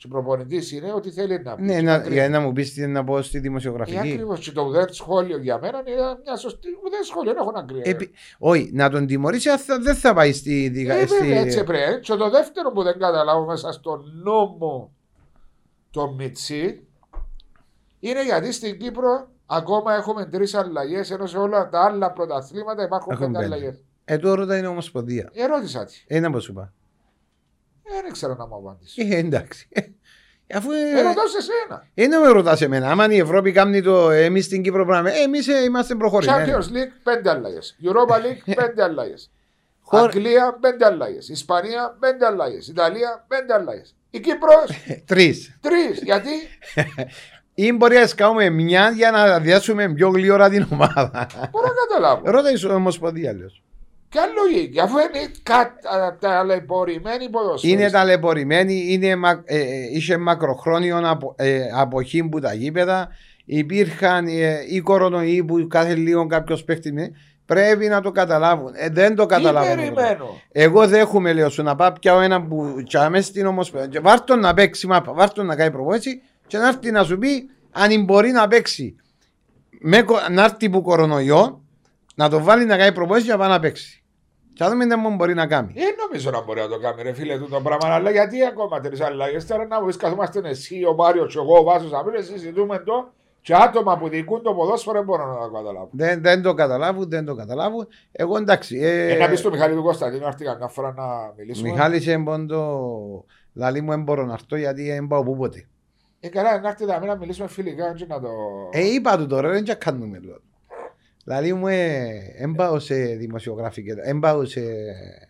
[SPEAKER 1] Και προπονητής είναι ότι θέλει να πει.
[SPEAKER 2] Ναι, να, για να μου πεις τι να πω στη δημοσιογραφική.
[SPEAKER 1] Ακριβώς. Και το ουδέν σχόλιο για μένα είναι μια σωστή. Ουδέν σχόλιο, δεν έχω να κρίνω.
[SPEAKER 2] Επι- Όχι, να τον τιμωρήσει, αν θα- δεν θα πάει στη
[SPEAKER 1] Ε,
[SPEAKER 2] δικα-
[SPEAKER 1] βέβαια,
[SPEAKER 2] στη-
[SPEAKER 1] έτσι πρέπει. Ε, Και το δεύτερο που δεν καταλάβω μέσα στον νόμο το Μιτσί είναι γιατί στην Κύπρο ακόμα έχουμε τρεις αλλαγές ενώ σε όλα τα άλλα πρωταθλήματα υπάρχουν
[SPEAKER 2] Έχουν
[SPEAKER 1] πέντε
[SPEAKER 2] πέντε.
[SPEAKER 1] αλλαγές.
[SPEAKER 2] Ε, τώρα είναι ομοσπονδία.
[SPEAKER 1] Ερώτησα τι.
[SPEAKER 2] Ένα που σου είπα.
[SPEAKER 1] Ε, Δεν ξέρω να μου απαντήσεις.
[SPEAKER 2] Ε, εντάξει. Ε, Αφού. ε,
[SPEAKER 1] Ε, ρωτάω σε εσένα.
[SPEAKER 2] Ένα με ρωτάς εμένα. Άμα η Ευρώπη κάνει το εμείς στην Κύπρο πράγμα, εμείς ε, είμαστε προχωρημένοι.
[SPEAKER 1] Champions League πέντε αλλαγές. Europa League πέντε αλλαγές.
[SPEAKER 2] Χώρα-
[SPEAKER 1] Αγγλία πέντε αλλαγές. Ισπανία πέντε αλλαγές. Ιταλία πέντε αλλαγές. Η Κύπρος
[SPEAKER 2] Ε, Τρεις.
[SPEAKER 1] τρεις. Γιατί
[SPEAKER 2] Ή μπορεί να σκάουμε μια για να αδειάσουμε πιο γλυόρα την ομάδα.
[SPEAKER 1] μπορώ να καταλάβω.
[SPEAKER 2] Ρώτα η Ομοσπονδία, λέω.
[SPEAKER 1] Ποια λογική, αφού είναι κατα- ταλαιπωρημένοι ποδοσφαίροι.
[SPEAKER 2] Είναι ταλαιπωρημένη, είναι, μα- ε, ε, είχε μακροχρόνιο απο, ε, αποχή που τα γήπεδα. Υπήρχαν ε, οι κορονοϊοί που κάθε λίγο κάποιος παίχτη. με- Πρέπει να το καταλάβουν. Ε, δεν το
[SPEAKER 1] Τι
[SPEAKER 2] καταλάβουν.
[SPEAKER 1] περιμένω.
[SPEAKER 2] Εγώ δέχομαι, λέω σου, να πάω πιάω ένα που τσάμε στην ομοσπονδία. Βάρ' τον να παίξει, μα βάρ' τον να κάνει προπόνηση και να έρθει να σου πει αν μπορεί να παίξει. Με, κο- να έρθει που κορονοϊό, να το βάλει να κάνει προπόνηση και να πάει να παίξει. Και να δούμε τι μου μπορεί να κάνει.
[SPEAKER 1] Δεν νομίζω να μπορεί να το κάνει, ρε φίλε, τούτο πράγμα. Αλλά γιατί ακόμα τρεις αλλαγές. Τώρα να βρει καθόμαστε εσύ, ο Μάριος, και εγώ, ο Βάσος, να μην συζητούμε το. Και άτομα που διοικούν το ποδόσφαιρο δεν μπορώ να το καταλάβω.
[SPEAKER 2] Δεν, δεν το καταλάβουν, δεν το καταλάβουν. Εγώ εντάξει. Ε,
[SPEAKER 1] Ένα πει στο Μιχάλη του Κωνσταντίνου, έρθει καμιά φορά να μιλήσουμε.
[SPEAKER 2] Μιχάλης εμποντο, λαλή μου δεν μπορώ να έρθω γιατί δεν πάω που ποτέ.
[SPEAKER 1] Ε, καλά, να έρθετε να μιλήσουμε φιλικά και να το.
[SPEAKER 2] Ε, είπα του τώρα, δεν τσακάνουμε λόγω. Δηλαδή μου, δεν πάω σε δημοσιογραφική, δεν πάω σε...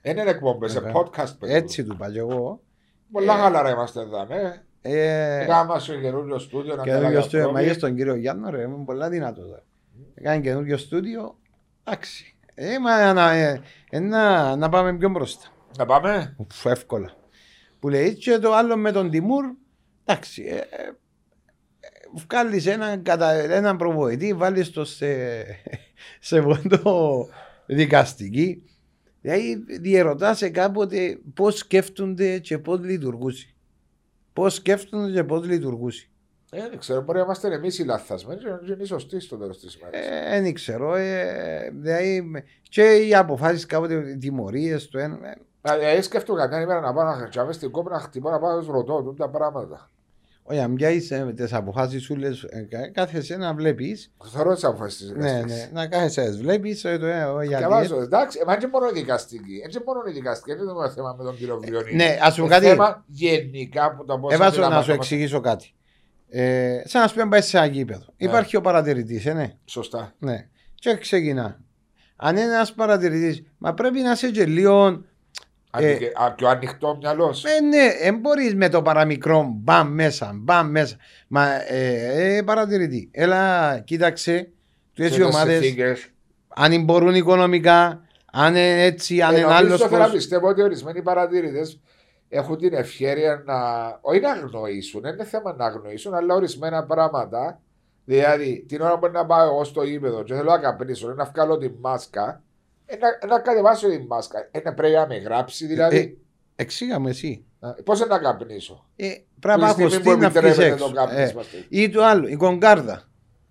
[SPEAKER 1] Δεν είναι εκπομπές, σε
[SPEAKER 2] βέβαια.
[SPEAKER 1] podcast παιδί.
[SPEAKER 2] Έτσι του είπα και εγώ.
[SPEAKER 1] Πολλά
[SPEAKER 2] ε,
[SPEAKER 1] χαλαρά είμαστε εδώ. Ε.
[SPEAKER 2] Ε,
[SPEAKER 1] Κάμα στο καινούριο στούντιο να
[SPEAKER 2] καινούριο
[SPEAKER 1] μιλάμε
[SPEAKER 2] στούντιο,
[SPEAKER 1] ακόμη.
[SPEAKER 2] μα είδες τον κύριο Γιάννο ρε, ήμουν πολλά δυνατός τώρα. Έκανε καινούριο στούντιο, εντάξει. Ε, μα να, ε, ε, να, να πάμε πιο μπροστά.
[SPEAKER 1] Να πάμε.
[SPEAKER 2] Ουφ, εύκολα. Που λέει και το άλλο με τον Τιμούρ, εντάξει, ε, ε, ε, βγάλεις έναν, κατα, έναν προβοητή, βάλεις το σε, σε βόντο δικαστική. Δηλαδή διερωτάσαι κάποτε πώς σκέφτονται και πώς λειτουργούσε. Πώς σκέφτονται και πώς λειτουργούσε.
[SPEAKER 1] Ε, δεν ξέρω, μπορεί να είμαστε εμείς οι λαθασμένοι και να είναι οι σωστοί στο τέλος της ημέρας.
[SPEAKER 2] Ε, δεν ξέρω. Ε, δηλαδή, και οι αποφάσεις κάποτε, οι τιμωρίες του ένα. ε,
[SPEAKER 1] Ε, ε, σκέφτομαι καμιά ημέρα να πάω να χτυπάμε στην κόπη να χτυπώ να πάω να τους ρωτώ τούτα πράγματα.
[SPEAKER 2] Όχι, αν πιάσει τις αποφάσεις σου, λες, ε, κα- κάθεσαι να βλέπεις.
[SPEAKER 1] Θεωρώ τις αποφάσεις τη
[SPEAKER 2] Ναι, ναι, να κάθεσαι να βλέπει.
[SPEAKER 1] Διαβάζω, εντάξει, μα είναι μόνο η δικαστική. Έτσι μόνο η δικαστική. Δεν είναι θέμα με τον κύριο Βιονίδη.
[SPEAKER 2] Ναι, ας πούμε
[SPEAKER 1] Είναι
[SPEAKER 2] κάτι.
[SPEAKER 1] θέμα γενικά που το πώς.
[SPEAKER 2] Έβαζω να σου εξηγήσω κάτι. Ε, σαν να σου πει να πάει σε ένα γήπεδο.
[SPEAKER 1] Ναι.
[SPEAKER 2] Υπάρχει ο παρατηρητής, ε, ναι.
[SPEAKER 1] Σωστά.
[SPEAKER 2] ναι. Και ξεκινά. Αν είναι ένας παρατηρητής, μα πρέπει να είσαι και λίγο. Ε,
[SPEAKER 1] Αντικε- α, Πιο ανοιχτό μυαλός.
[SPEAKER 2] Ε, ναι, δεν μπορείς με το παραμικρό μπαμ μέσα, μπαμ μέσα. Μα ε, ε, παρατηρητή. Έλα, κοίταξε. Του έτσι ομάδες, αν μπορούν οικονομικά, αν είναι έτσι, αν είναι άλλο.
[SPEAKER 1] Ε, Θέλω να πιστεύω ότι ορισμένοι παρατηρητές έχουν την ευχαίρεια να. Όχι να αγνοήσουν, δεν είναι θέμα να αγνοήσουν, αλλά ορισμένα πράγματα. Δηλαδή, την ώρα που μπορεί να πάω εγώ στο ύπεδο και θέλω να καπνίσω, να βγάλω τη μάσκα, ε, να, να κατεβάσω τη μάσκα. Ε, να πρέπει να με γράψει, δηλαδή.
[SPEAKER 2] Εξήγα μου εσύ.
[SPEAKER 1] Πώς να καπνίσω.
[SPEAKER 2] Ε, πρέπει Ε, να
[SPEAKER 1] Που τη στιγμή
[SPEAKER 2] ακουστεί
[SPEAKER 1] που
[SPEAKER 2] να βγει
[SPEAKER 1] επιτρέπεται
[SPEAKER 2] έξω.
[SPEAKER 1] το κάπνισμα.
[SPEAKER 2] Ε, Ή το άλλο, η κονκάρδα.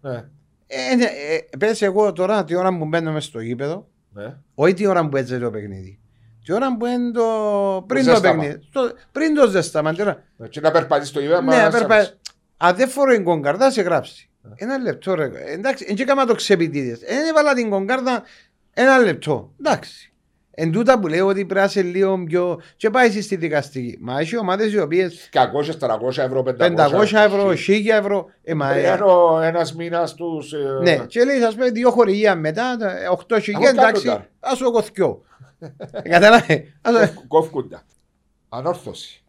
[SPEAKER 1] Ναι.
[SPEAKER 2] Ε, ναι, ε, πες εγώ τώρα τη ώρα που μπαίνω μέσα στο γήπεδο,
[SPEAKER 1] ναι.
[SPEAKER 2] όχι τη ώρα που έτσι το παιχνίδι. Τη ώρα που είναι το... πριν το
[SPEAKER 1] ζέσταμα.
[SPEAKER 2] παιχνίδι. στο- πριν το ζέσταμα. την ώρα-
[SPEAKER 1] Ε, Και να περπατήσεις το ύπεδο.
[SPEAKER 2] Ναι, περπα... Αν δεν φορώ την κονκάρδα, σε γράψει.
[SPEAKER 1] Ε.
[SPEAKER 2] Ένα λεπτό ρε. Εντάξει, δεν έκανα το ξεπιτήδες. Δεν έβαλα την κονκάρδα ένα λεπτό. Εντάξει. Εν τούτα που λέω ότι πρέπει να είσαι λίγο πιο... Και πάει εσύ στη δικαστική. Μα έχει ομάδες οι οποίες
[SPEAKER 1] 200-300 ευρώ,
[SPEAKER 2] 500 ευρώ, 1000 ευρώ. Ε, μα, ε,
[SPEAKER 1] Ένας μήνας τους.
[SPEAKER 2] Ναι, και λέει, ας πούμε, δύο χορηγία μετά, τα 8 χιλιάδες,
[SPEAKER 1] Από
[SPEAKER 2] εντάξει,
[SPEAKER 1] ε. κάτω
[SPEAKER 2] α το κοθιό. Κατάλαβε. Ε, Ας ε, το-
[SPEAKER 1] Κόφκουντα. Ανόρθωση.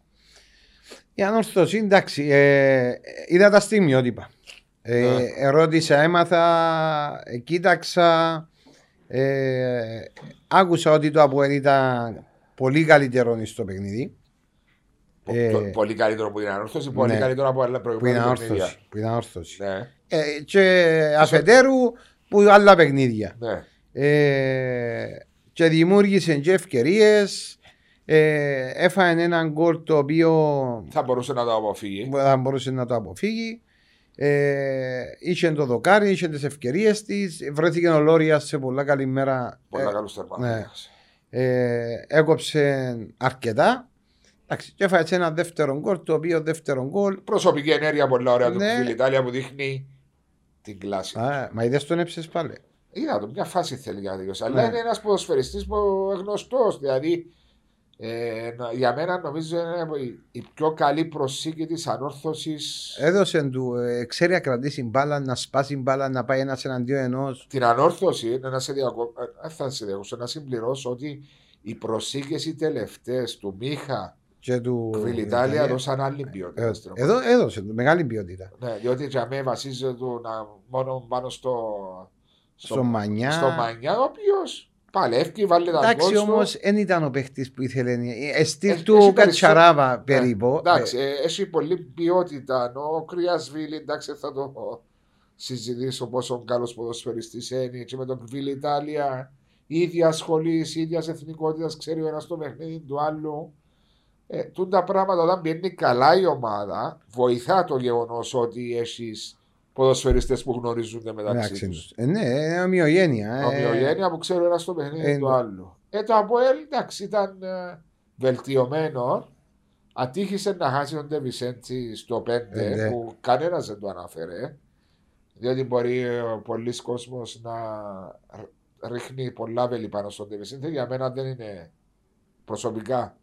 [SPEAKER 2] Η ανόρθωση, εντάξει, ε, είδα τα στιγμιότυπα. Ε,
[SPEAKER 1] Ναι.
[SPEAKER 2] ερώτησα, έμαθα, ε, κοίταξα. Ε, άκουσα ότι το Αποέλ ήταν πολύ καλύτερο στο παιχνίδι.
[SPEAKER 1] Πο-
[SPEAKER 2] Ε,
[SPEAKER 1] το- Πολύ καλύτερο που είναι ανόρθωση, πολύ
[SPEAKER 2] ναι.
[SPEAKER 1] καλύτερο από άλλα
[SPEAKER 2] Που είναι
[SPEAKER 1] προηγούμενα παιχνίδια.
[SPEAKER 2] ανόρθωση. Που είναι ανόρθωση.
[SPEAKER 1] Ναι,
[SPEAKER 2] Ε, και αφετέρου που άλλα παιχνίδια.
[SPEAKER 1] ναι.
[SPEAKER 2] ε, και δημιούργησε και ευκαιρίες. Ε, έφαγε έναν γκολ το οποίο
[SPEAKER 1] Θα μπορούσε να το αποφύγει.
[SPEAKER 2] θα μπορούσε να το αποφύγει. Ε, είχε το δοκάρι, είχε τις ευκαιρίες της. Βρέθηκε ο Λόριας σε πολλά καλή μέρα.
[SPEAKER 1] Πολλά καλούς τερματίες.
[SPEAKER 2] Ε, ε, έκοψε αρκετά. Εντάξει, και έφαγε ένα δεύτερο γκολ, το οποίο δεύτερο γκολ.
[SPEAKER 1] Προσωπική ενέργεια πολύ ωραία του
[SPEAKER 2] Ναι.
[SPEAKER 1] Φιλ Ιταλία που δείχνει την κλάση.
[SPEAKER 2] Α, μα είδες τον έψες πάλι.
[SPEAKER 1] Είδα το, μια φάση θέλει για να τελειώσει.
[SPEAKER 2] Ναι.
[SPEAKER 1] Αλλά είναι ένας ποδοσφαιριστής που γνωστός. Δηλαδή, ε, νο- για μένα νομίζω είναι η- η πιο καλή προσήκη της ανόρθωσης.
[SPEAKER 2] Έδωσε του, ε, ξέρει να κρατήσει μπάλα, να σπάσει μπάλα, να πάει ένας εναντίον ενός.
[SPEAKER 1] Την ανόρθωση, να σε διακο... ε, δεν θα σε διακόψω, να συμπληρώσω ότι οι προσήκε οι τελευταίες του Μίχα
[SPEAKER 2] Και του
[SPEAKER 1] Κβιλ
[SPEAKER 2] Ιταλία.
[SPEAKER 1] Ιταλία δώσαν άλλη ποιότητα.
[SPEAKER 2] Ε,
[SPEAKER 1] στην ομάδα.
[SPEAKER 2] Εδώ έδωσε του μεγάλη ποιότητα.
[SPEAKER 1] Ναι, διότι για μένα βασίζεται του να, μόνο πάνω στο,
[SPEAKER 2] Στο, Μανιά.
[SPEAKER 1] στο Μανιά, ο οποίος παλεύει, βάλει τα
[SPEAKER 2] Εντάξει,
[SPEAKER 1] γκολ του.
[SPEAKER 2] όμως δεν ήταν ο παίχτης που ήθελε. ε, ε, Στυλ
[SPEAKER 1] Έχει-
[SPEAKER 2] του
[SPEAKER 1] έχει περισσότερο-
[SPEAKER 2] Κατσαράβα
[SPEAKER 1] Ναι,
[SPEAKER 2] περίπου.
[SPEAKER 1] Εντάξει, ε, έχει πολλή ποιότητα. ενώ Ο Κρυασβίλη, εντάξει, θα το συζητήσω πόσο καλός ποδοσφαιριστής είναι. Και με τον Κβίλη Ιταλία, ίδια σχολής, ίδιας εθνικότητας, ξέρει ο ένας το παιχνίδι του άλλου. Ε, τούν τα πράγματα όταν πηγαίνει καλά η ομάδα, βοηθά το γεγονός ότι έχεις ποδοσφαιριστές που γνωρίζονται
[SPEAKER 2] Ε, εντάξει,
[SPEAKER 1] μεταξύ τους.
[SPEAKER 2] ε, ναι, ε, ομοιογένεια. ε.
[SPEAKER 1] Ομοιογένεια που ξέρει ο ένα το παιχνίδι
[SPEAKER 2] ε,
[SPEAKER 1] του άλλου. Ε, το Αποέλ εντάξει ήταν ε, βελτιωμένο. Ατύχησε να χάσει τον Ντεβισέντσι στο 5
[SPEAKER 2] Ε, ναι.
[SPEAKER 1] που κανένας δεν το αναφέρε. Διότι μπορεί ε, ο πολλοί κόσμος να ρ- ρίχνει πολλά βέλη πάνω στον Ντεβισέντσι. Για μένα δεν είναι προσωπικά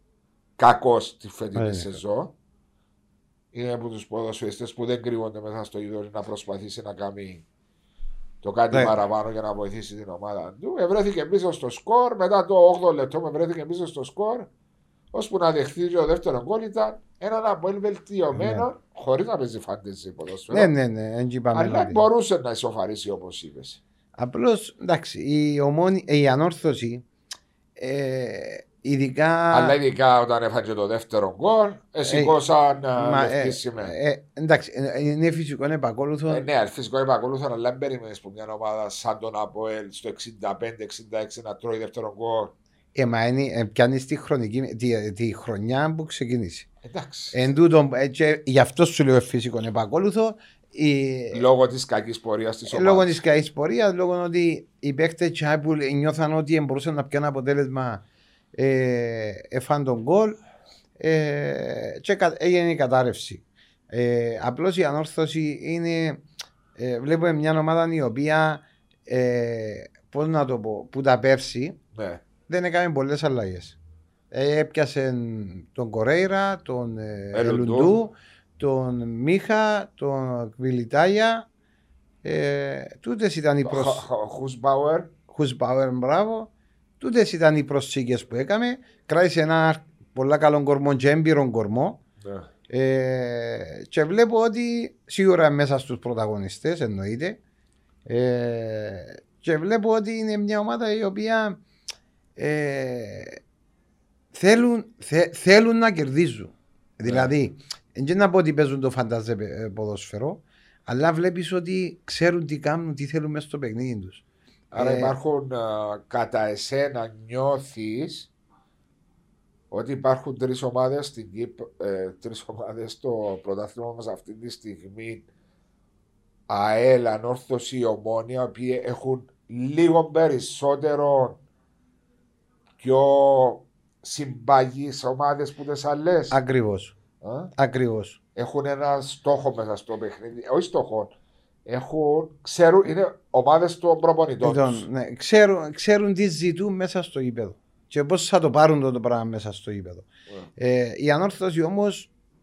[SPEAKER 1] κακός τη φετινή
[SPEAKER 2] Ε, ναι.
[SPEAKER 1] σεζόν. Είναι από τους ποδοσφαιριστές που δεν κρύβονται μέσα στο είδωλο να προσπαθήσει να κάνει το κάτι
[SPEAKER 2] Ναι.
[SPEAKER 1] παραπάνω για να βοηθήσει την ομάδα του. Ευρέθηκε πίσω στο σκορ, μετά το 8 λεπτό με βρέθηκε πίσω στο σκορ, ώσπου να δεχθεί και ο δεύτερο γκολ ήταν έναν Αποέλ βελτιωμένο, χωρίς να παίζει φάνταση ποδοσφαίρο.
[SPEAKER 2] Ναι, ναι, ναι. Εν
[SPEAKER 1] αλλά μπορούσε να ισοφαρίσει όπως είπες.
[SPEAKER 2] Απλώς εντάξει, η, ομόνη, ε, η ανόρθωση ε, ειδικά.
[SPEAKER 1] Αλλά ειδικά όταν έφαγε το δεύτερο γκολ, ε, σηκώσαν
[SPEAKER 2] μα, ε,
[SPEAKER 1] λεφτή
[SPEAKER 2] ε, ε, εντάξει, ε, είναι φυσικό, είναι επακόλουθο.
[SPEAKER 1] Ε, ναι, φυσικό επακολούθαν, αλλά δεν περίμενε που μια ομάδα σαν τον Αποέλ στο 65-66 να τρώει δεύτερο γκολ.
[SPEAKER 2] Ε, μα είναι, ε, πιάνεις τη, χρονική, τη, τη χρονιά που ξεκίνησε.
[SPEAKER 1] Εντάξει.
[SPEAKER 2] Εν τούτον, ε, και γι' αυτό σου λέω ε, φυσικό είναι επακόλουθο. Η,
[SPEAKER 1] λόγω της κακής πορείας της ομάδα.
[SPEAKER 2] ε, Λόγω της καλή πορείας, λόγω ότι οι παίχτε που νιώθαν ότι δεν μπορούσαν να πιάνουν αποτέλεσμα ε, εφάν τον γκολ ε, και κα- έγινε η κατάρρευση. Ε, Απλώς η ανόρθωση είναι. Ε, βλέπουμε μια ομάδα η οποία. Ε, Πώς να το πω, που τα πέρσι
[SPEAKER 1] Ναι.
[SPEAKER 2] δεν έκανε πολλές αλλαγές. Ε, έπιασε τον Κορέιρα, τον ε,
[SPEAKER 1] Ελουντού.
[SPEAKER 2] Ελουντού, τον Μίχα, τον Κβιλιτάγια. Ε, Τούτες ήταν οι προσ...
[SPEAKER 1] Χουσμπάουερ.
[SPEAKER 2] Χουσμπάουερ, μπράβο. Τούτες ήταν οι προσθήκες που έκαμε. Κράτησε ένα πολλά καλό κορμό και έμπειρο κορμό.
[SPEAKER 1] Ναι.
[SPEAKER 2] Ε, και βλέπω ότι σίγουρα μέσα στους πρωταγωνιστές εννοείται ε, και βλέπω ότι είναι μια ομάδα η οποία ε, θέλουν, θε- θέλουν να κερδίζουν. Δηλαδή, δεν να πω ότι παίζουν το φαντάζε πε- ε, ποδόσφαιρο, αλλά βλέπεις ότι ξέρουν τι κάνουν, τι θέλουν μέσα στο παιχνίδι τους.
[SPEAKER 1] Άρα
[SPEAKER 2] Ε,
[SPEAKER 1] υπάρχουν α, κατά εσένα νιώθεις ότι υπάρχουν τρεις ομάδες στην Κύπρο, ε, τρεις ομάδες στο πρωτάθλημα μας αυτή τη στιγμή ΑΕΛ, Ανόρθωση, Ομόνια, οι οποίοι έχουν λίγο περισσότερο πιο συμπαγείς ομάδες που τις άλλες.
[SPEAKER 2] Ακριβώς,
[SPEAKER 1] Α,
[SPEAKER 2] ακριβώς.
[SPEAKER 1] Έχουν ένα στόχο μέσα στο παιχνίδι, όχι στόχο, έχουν, ξέρουν, είναι ομάδες των προπονητών τους.
[SPEAKER 2] Λοιπόν, ναι, ξέρουν, ξέρουν τι ζητούν μέσα στο γήπεδο και πώς θα το πάρουν το, το πράγμα μέσα στο γήπεδο.
[SPEAKER 1] Ε.
[SPEAKER 2] Ε, η ανόρθωση όμω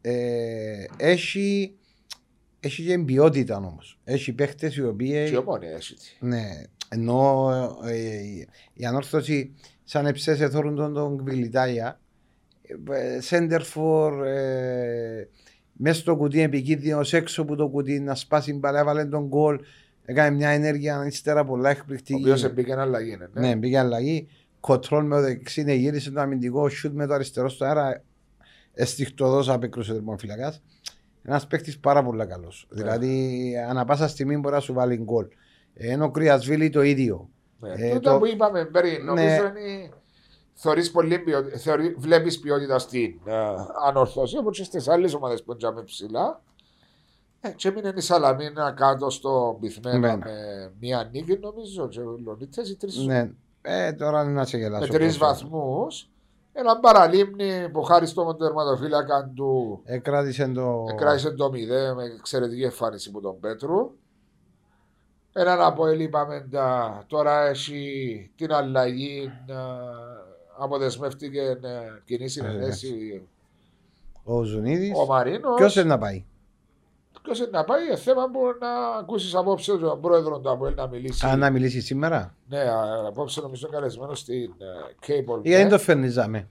[SPEAKER 2] ε, έχει, έχει και ποιότητα όμως. Έχει παίχτες οι
[SPEAKER 1] Και η
[SPEAKER 2] οποίοι.
[SPEAKER 1] ομόνια έχει. τη.
[SPEAKER 2] Ναι, ενώ ε, η- η ανόρθωση σαν εψές εθώρουν τον, τον Κβιλιτάγια. Σέντερφορ, ε, μέσα στο κουτί επικίνδυνο, έξω από το κουτί να σπάσει μπαλά, έβαλε τον γκολ. Έκανε μια ενέργεια ύστερα πολλά
[SPEAKER 1] Ο
[SPEAKER 2] εκπληκτική.
[SPEAKER 1] οποίο μπήκε αλλαγή, ναι.
[SPEAKER 2] Ναι, μπήκε αλλαγή. Κοτρόλ με το δεξί, ναι, γύρισε το αμυντικό, σιούτ με το αριστερό στο αέρα. Εστιχτοδό απεκρούσε ο τερμοφυλακά. Ένας παίκτης πάρα πολύ καλός.
[SPEAKER 1] Ναι.
[SPEAKER 2] Δηλαδή, ανά πάσα στιγμή μπορεί να σου βάλει γκολ. Ε, Ενώ ο Κρυασβίλη το ίδιο.
[SPEAKER 1] ναι.
[SPEAKER 2] Ε,
[SPEAKER 1] Τούτο
[SPEAKER 2] το- Ναι.
[SPEAKER 1] που είπαμε πριν, νομίζω είναι. Θεωρείς πολύ ποιότητα, θεωρεί, βλέπεις ποιότητα στην ε, ανορθώση, όπως και στις άλλες ομάδες που είναι ψηλά. Ε, και έμεινε η Σαλαμίνα κάτω στο
[SPEAKER 2] Ναι.
[SPEAKER 1] πυθμένο με μία νίκη νομίζω και ο Λονίτες ή τρεις,
[SPEAKER 2] Ναι. Ε, τώρα είναι να σε
[SPEAKER 1] με
[SPEAKER 2] γελάσω.
[SPEAKER 1] τρεις
[SPEAKER 2] πρόσωπα.
[SPEAKER 1] βαθμούς. Ένα παραλίμνη που χάρη στον τερματοφύλακα του
[SPEAKER 2] Ε, κράτησε το.
[SPEAKER 1] Εκράτησε το 0 με εξαιρετική εμφάνιση από τον Πέτρου. Έναν από είπαμε τα- τώρα έχει την αλλαγή. ε, Αποδεσμεύτηκε ε, κοινή συνενέση
[SPEAKER 2] Ο Ζουνίδης.
[SPEAKER 1] ο Μαρίνος.
[SPEAKER 2] Ποιος θέλει να πάει.
[SPEAKER 1] Ποιος είναι να πάει, ε, θέμα που να ακούσεις απόψε τον πρόεδρο του Αποέλ να μιλήσει.
[SPEAKER 2] Αν να μιλήσει σήμερα.
[SPEAKER 1] Ναι, α, απόψε νομίζω καλεσμένος στην ε, Cable.
[SPEAKER 2] Ή δεν
[SPEAKER 1] Tech.
[SPEAKER 2] το φέρνιζαμε.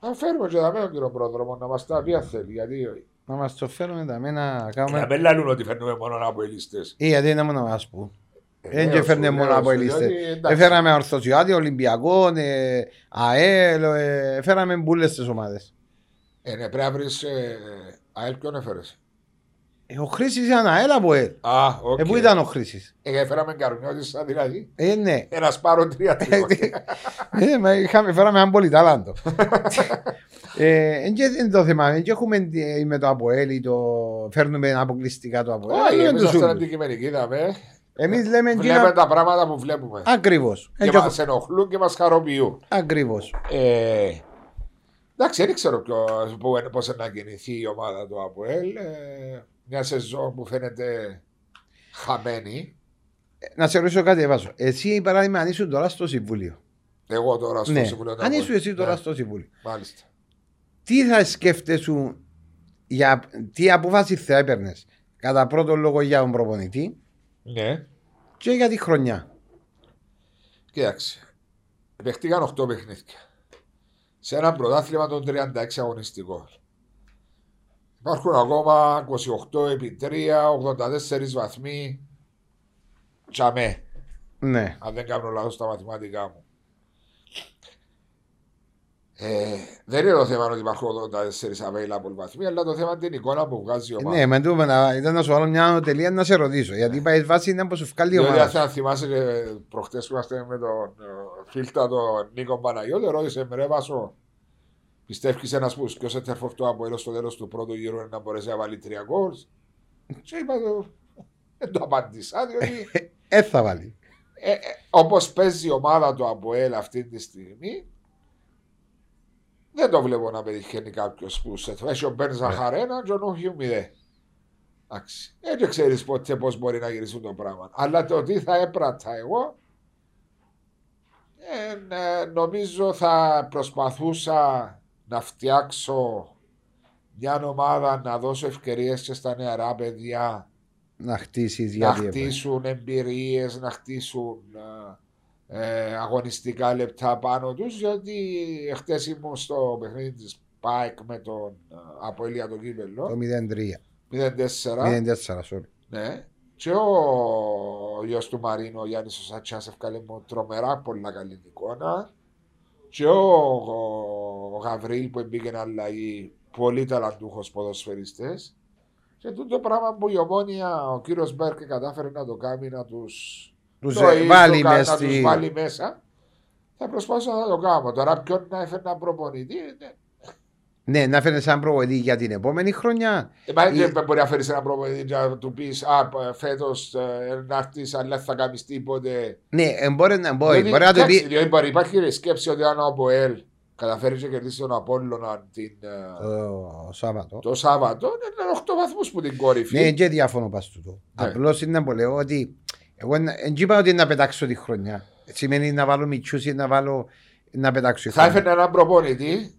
[SPEAKER 1] Θα φέρουμε και θα τον κύριο πρόδρομο να μας τα πει αν θέλει. Γιατί.
[SPEAKER 2] Να μας το φέρουμε τα μένα. να
[SPEAKER 1] Να
[SPEAKER 2] Κάνουμε...
[SPEAKER 1] μην λαλούν ότι φέρνουμε μόνο από ελιστέ.
[SPEAKER 2] Ή γιατί δεν μου να μας πούν. Ε, Δεν και φέρνε μόνο
[SPEAKER 1] Ε,
[SPEAKER 2] από Ε, ελίστε. Έφεραμε Ορθοσιάτη, Ολυμπιακό, ε, ΑΕΛ, ε, έφεραμε μπουλές στις ομάδες.
[SPEAKER 1] Ε, ναι, πρέπει να βρεις ε, ΑΕΛ ποιον έφερες.
[SPEAKER 2] Ε, Ο Χρήσης ήταν ΑΕΛ από ΕΛ.
[SPEAKER 1] Α, οκ.
[SPEAKER 2] Ε, πού ήταν ο Χρήσης.
[SPEAKER 1] Ε, έφεραμε καρμιώτησα δηλαδή.
[SPEAKER 2] Ε, ναι.
[SPEAKER 1] Ένα σπάρο τρία τρία.
[SPEAKER 2] Ε, μα είχαμε, φέραμε έναν πολύ ταλάντο. ε, εν και- εν το θέμα, εν και έχουμε τι- με το ΑΠΟΕΛ ή το φέρνουμε αποκλειστικά το Ε, ΑΠΟΕΛ.
[SPEAKER 1] Όχι,
[SPEAKER 2] Εμείς
[SPEAKER 1] εμείς ήμασταν αντικειμενικοί, είδαμε.
[SPEAKER 2] Εμείς λέμε
[SPEAKER 1] Βλέπουμε τα πράγματα που βλέπουμε.
[SPEAKER 2] ακριβώς.
[SPEAKER 1] Και μας ενοχλούν και μας χαροποιούν.
[SPEAKER 2] Ακριβώς.
[SPEAKER 1] Ε, εντάξει, δεν ξέρω ποιο- που- πώς να κινηθεί η ομάδα του ΑΠΟΕΛ. Ε, μια σεζόν που φαίνεται χαμένη.
[SPEAKER 2] Να σε ρωτήσω κάτι, Εβάσο. Εσύ, παράδειγμα, αν ήσουν τώρα στο Συμβούλιο.
[SPEAKER 1] Εγώ τώρα στο
[SPEAKER 2] Ναι.
[SPEAKER 1] Συμβουλίο του
[SPEAKER 2] Αν
[SPEAKER 1] ΑΠΟΕΛ.
[SPEAKER 2] ήσουν εσύ τώρα
[SPEAKER 1] Ναι,
[SPEAKER 2] στο Συμβούλιο.
[SPEAKER 1] Μάλιστα.
[SPEAKER 2] τι θα σκέφτεσαι για τι απόφαση θα έπαιρνες. Κατά πρώτο λόγο για τον προπονητή
[SPEAKER 1] Ναι.
[SPEAKER 2] και για τη χρονιά.
[SPEAKER 1] Κοίταξε. Επεχτήκαν 8 παιχνίδια. Σε ένα πρωτάθλημα των 36 αγωνιστικών. Υπάρχουν ακόμα 28 επί 3, 84 βαθμοί. Τσαμέ,
[SPEAKER 2] Ναι.
[SPEAKER 1] αν δεν κάνω λάθος στα μαθηματικά μου. Ε, δεν είναι το θέμα ότι υπάρχουν 84 available βαθμοί, αλλά το θέμα είναι την εικόνα που βγάζει η ομάδα.
[SPEAKER 2] Ναι, με το να, ήταν να σου βάλω μια ανωτελεία να σε ρωτήσω. Γιατί είπα η βάση είναι από σου βγάλει η
[SPEAKER 1] Διότι αν
[SPEAKER 2] ομάδα.
[SPEAKER 1] θα θυμάσαι και προχτές που είμαστε με τον ε, φίλτα τον Νίκο Παναγιώτη, ρώτησε με ρε Βάσο, πιστεύεις ένας που σκιός ετερφοφτό από έλος στο τέλος του πρώτου γύρου είναι να μπορέσει να βάλει τρία γκολ. Και είπα το, δεν το απαντήσα, διότι
[SPEAKER 2] Ε, θα βάλει.
[SPEAKER 1] ε, ε, όπως παίζει η ομάδα του Αποέλ αυτή τη στιγμή, δεν το βλέπω να πετυχαίνει κάποιος που σε θέσει ο Μπεν Ζαχαρένα και ο Νούχιου Μηδέ. Εντάξει. Ε, Δεν ξέρεις ποτέ πώς μπορεί να γυριστούν το πράγμα. Αλλά το τι θα έπρατα εγώ. ε, ε, νομίζω θα προσπαθούσα να φτιάξω μια ομάδα να δώσω ευκαιρίες και στα νεαρά παιδιά
[SPEAKER 2] να χτίσεις
[SPEAKER 1] να
[SPEAKER 2] για διεύρυνση.
[SPEAKER 1] χτίσουν εμπειρίες, να χτίσουν ε, ε, αγωνιστικά λεπτά πάνω τους γιατί χτες ήμουν στο παιχνίδι της ΠΑΕΚ με τον ε, Αποέλια τον
[SPEAKER 2] Το
[SPEAKER 1] Κύπελλο
[SPEAKER 2] 0-3.
[SPEAKER 1] 0-4
[SPEAKER 2] 0-4, sorry.
[SPEAKER 1] ναι. και ο γιος του Μαρίνο ο Γιάννης ο Σατσάς ευκάλε μου τρομερά πολλά καλή εικόνα και ο, ο, Γαβρίλ που μπήκε να αλλαγή πολύ ταλαντούχος ποδοσφαιριστές και τούτο το πράγμα που η ομόνια ο κύριος Μπέρκε κατάφερε να το κάνει να τους
[SPEAKER 2] Τους
[SPEAKER 1] το
[SPEAKER 2] ε,
[SPEAKER 1] ίδιο,
[SPEAKER 2] βάλει
[SPEAKER 1] κα-
[SPEAKER 2] μες
[SPEAKER 1] να τους
[SPEAKER 2] στη...
[SPEAKER 1] βάλει μέσα. Θα προσπαθήσω να το κάνω. Τώρα ποιον να έφερνα προπονητή. ναι.
[SPEAKER 2] Ναι, να φέρνεις σαν προβολή για την επόμενη χρονιά.
[SPEAKER 1] Ε, μα
[SPEAKER 2] Η-
[SPEAKER 1] δεν μπορεί να φέρεις έναν προπονητή και να του πεις Α, φέτο να έρθεις, αλλά δεν θα κάνεις τίποτε.
[SPEAKER 2] Ναι, ε, μπορεί να μπορεί.
[SPEAKER 1] Διότι,
[SPEAKER 2] Μπορεί να το
[SPEAKER 1] εντάξει,
[SPEAKER 2] πει.
[SPEAKER 1] διότι μπορεί- υπάρχει η σκέψη ότι αν ο Αποέλ καταφέρει και κερδίσει τον Απόλλωνα την, ε,
[SPEAKER 2] Το Σάββατο.
[SPEAKER 1] το Σάββατο, είναι 8 βαθμούς που την κόρυφη.
[SPEAKER 2] Ναι, και διαφωνώ πας τούτο.
[SPEAKER 1] Ναι.
[SPEAKER 2] Απλώς είναι να πω λέω ότι. Εγώ δεν είπα ότι να πετάξω τη χρονιά. Σημαίνει να βάλω μητσούς ή να βάλω. να πετάξω. τη
[SPEAKER 1] Θα
[SPEAKER 2] χρονιά.
[SPEAKER 1] έφερνα έναν προπονητή,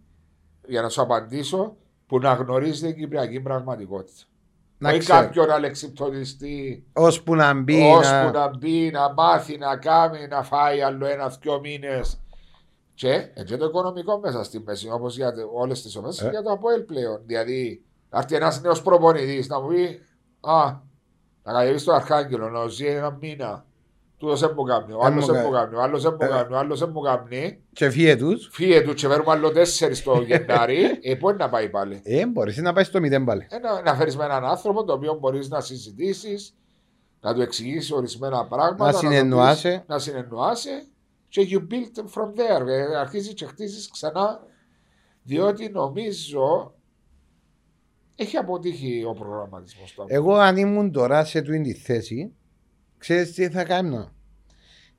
[SPEAKER 1] για να σου απαντήσω, που να γνωρίζει την κυπριακή πραγματικότητα.
[SPEAKER 2] Να
[SPEAKER 1] Όχι
[SPEAKER 2] ξέρω.
[SPEAKER 1] κάποιον αλεξιπτονιστή
[SPEAKER 2] Ώσπου να μπει.
[SPEAKER 1] ώσπου
[SPEAKER 2] να-
[SPEAKER 1] να μπει, να μάθει, να κάνει, να φάει άλλο ένα-δυο μήνες. Και, ε, και το οικονομικό μέσα στη μέση, όπως για όλες τις ομάδες,
[SPEAKER 2] Ε.
[SPEAKER 1] για το Αποέλ πλέον. Δηλαδή, να έρθει ένας νέος προπονητής να μου πει: Α, να κατεβεί στο Αρχάγγελο, να ζει ένα μήνα. Τούτο δεν μου κάνει, ο
[SPEAKER 2] Δεν
[SPEAKER 1] άλλος
[SPEAKER 2] μου
[SPEAKER 1] δεν
[SPEAKER 2] κα-
[SPEAKER 1] μου κάνει, ο άλλος δεν μου
[SPEAKER 2] Ε.
[SPEAKER 1] κάνει, ο άλλος δεν μου κάνει.
[SPEAKER 2] Και φύγε του.
[SPEAKER 1] Φύγε του, τσεβέρουμε άλλο τέσσερις το Γενάρη, ε, πού είναι να πάει πάλι.
[SPEAKER 2] Ε, μπορείς να πάει στο μηδέν πάλι.
[SPEAKER 1] Ε, να, να φέρεις με έναν άνθρωπο τον οποίο μπορείς να συζητήσεις, να του εξηγήσεις ορισμένα πράγματα.
[SPEAKER 2] Να
[SPEAKER 1] του
[SPEAKER 2] συνεννοάσαι.
[SPEAKER 1] πεις- Να συνεννοάσαι. Και you build from there. Ε, αρχίζεις και χτίζεις ξανά. Διότι νομίζω έχει αποτύχει ο προγραμματισμός του.
[SPEAKER 2] Εγώ αν ήμουν τώρα σε τούτη τη θέση, ξέρεις τι θα κάνω.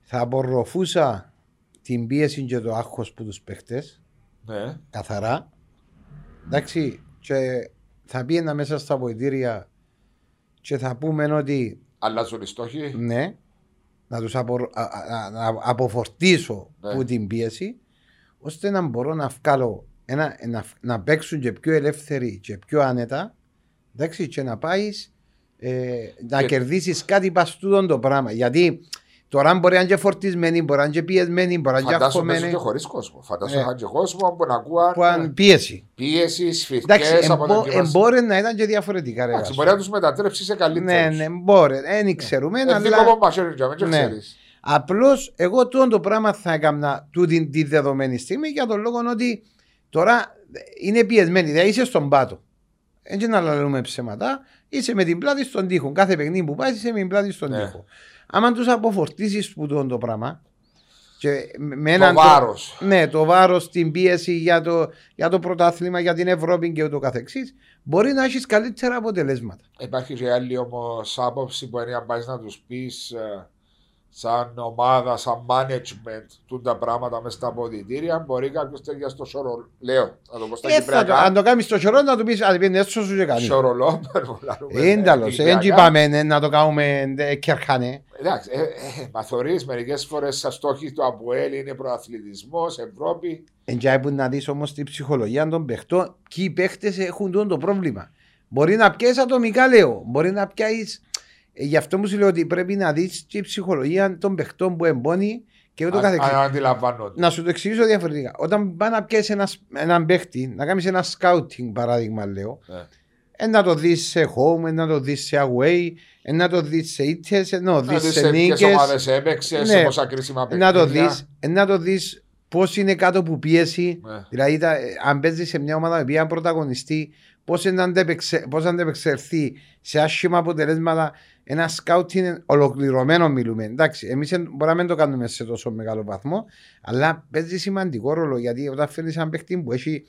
[SPEAKER 2] Θα απορροφούσα την πίεση και το άγχος που τους παίχτες,
[SPEAKER 1] Ναι.
[SPEAKER 2] καθαρά. Εντάξει, και θα πήγαινα μέσα στα βοητήρια και θα πούμε ότι
[SPEAKER 1] Αλλάζουν οι στόχοι.
[SPEAKER 2] ναι, να τους απορ- α- α- να αποφορτήσω
[SPEAKER 1] Ναι.
[SPEAKER 2] που την πίεση, ώστε να μπορώ να βγάλω ένα, να, να παίξουν και πιο ελεύθεροι και πιο άνετα, εντάξει, και να πάεις ε, να
[SPEAKER 1] Και-
[SPEAKER 2] κερδίσεις κάτι παστούτο το πράγμα. Γιατί τώρα μπορεί να είναι και φορτισμένοι, μπορεί να είναι και πιεσμένοι, μπορεί να είναι και
[SPEAKER 1] Φαντάζομαι
[SPEAKER 2] αγχωμένοι.
[SPEAKER 1] και Ναι. χωρίς κόσμο. Φαντάζομαι
[SPEAKER 2] Ναι.
[SPEAKER 1] είχαν και κόσμο που να ακούαν
[SPEAKER 2] που αν- Πίεση.
[SPEAKER 1] πίεσης,
[SPEAKER 2] Εντάξει,
[SPEAKER 1] σφιχτέ από τα
[SPEAKER 2] εμπο- μπορεί να ήταν και διαφορετικά. Ρε,
[SPEAKER 1] Εντάξει,
[SPEAKER 2] Βάσο.
[SPEAKER 1] μπορεί να Ε, τους μετατρέψεις σε
[SPEAKER 2] ναι,
[SPEAKER 1] καλύτερους.
[SPEAKER 2] ναι, μπορεί. Δεν ξέρουμε, αλλά.
[SPEAKER 1] Δικό μου μαχαίρι, για μένα, και
[SPEAKER 2] Ναι.
[SPEAKER 1] ξέρεις.
[SPEAKER 2] Απλώς εγώ τούτο το πράγμα θα έκανα τούτη τη δεδομένη στιγμή για τον λόγο ότι τώρα είναι πιεσμένη, δηλαδή είσαι στον πάτο. Έτσι να λέμε ψέματα, είσαι με την πλάτη στον τοίχο. Κάθε παιχνίδι που πάει, είσαι με την πλάτη στον
[SPEAKER 1] Ναι.
[SPEAKER 2] τοίχο. Άμα τους αποφορτήσεις που τούτο το πράγμα και με
[SPEAKER 1] Το
[SPEAKER 2] με έναν.
[SPEAKER 1] βάρος.
[SPEAKER 2] Ναι, το βάρος, την πίεση για το, για το πρωτάθλημα, για την Ευρώπη και ούτω καθεξής, μπορεί να έχεις καλύτερα αποτελέσματα.
[SPEAKER 1] Υπάρχει και άλλη όμως άποψη που είναι να πάεις να τους πεις σαν ομάδα, σαν management, τούτα πράγματα μέσα στα αποδητήρια. Μπορεί κάποιος τέτοια στο σωρό. Λέω, να το πω στα
[SPEAKER 2] Ε, θα το, αν
[SPEAKER 1] κυπριακά.
[SPEAKER 2] το κάνεις στο χειρό, να του πεις: Α, δεν έσω σου και Ε, κανείς».
[SPEAKER 1] Σωρολό, ε, ναι,
[SPEAKER 2] Είναι τέλος, δεν είπαμε ναι, να το κάνουμε ε, κερχάνε.
[SPEAKER 1] Εντάξει, ε, ε, μα θεωρεί μερικές φορές στα στόχη του Αποέλ είναι προαθλητισμός, Ευρώπη.
[SPEAKER 2] Εν τζάι που να δεις όμως την ψυχολογία των παιχτών και οι παίχτες έχουν τούτο το πρόβλημα. Μπορεί να πιάσεις ατομικά λέω, μπορεί να πιάσεις... Ε, Γι' αυτό μου σου λέω ότι πρέπει να δεις την ψυχολογία των παιχτών που εμπώνει και Ε, ούτω
[SPEAKER 1] Αν αν
[SPEAKER 2] καθεξής.
[SPEAKER 1] αντιλαμβάνονται.
[SPEAKER 2] Να σου το εξηγήσω διαφορετικά. Όταν πάει να πιάσει ένας, έναν παίχτη, να κάνεις ένα scouting παράδειγμα, λέω,
[SPEAKER 1] Ναι.
[SPEAKER 2] ε, να το δεις σε home, ε, να το δεις σε away, ε, να το δεις σε ήττες, να το
[SPEAKER 1] Να
[SPEAKER 2] δει
[SPEAKER 1] δεις
[SPEAKER 2] σε
[SPEAKER 1] σε ποιες
[SPEAKER 2] νίκες.
[SPEAKER 1] ομάδες έπαιξες,
[SPEAKER 2] Ναι.
[SPEAKER 1] σε πόσα κρίσιμα
[SPEAKER 2] να το
[SPEAKER 1] παιχνίδια.
[SPEAKER 2] δεις, να το δεις πώς είναι κάτω που πίεση.
[SPEAKER 1] Ναι.
[SPEAKER 2] Δηλαδή, τα- ε, αν παίζεις σε μια ομάδα που είναι πρωταγωνιστή, πώς είναι να αντεπεξε- πώς να αντεπεξερθεί σε άσχημα αποτελέσματα. Ένα σκάουτινγκ ολοκληρωμένο μιλούμε. Εντάξει, εμείς μπορεί να μην το κάνουμε σε τόσο μεγάλο βαθμό, αλλά παίζει σημαντικό ρόλο γιατί όταν φέρνεις έναν παίχτη που έχει.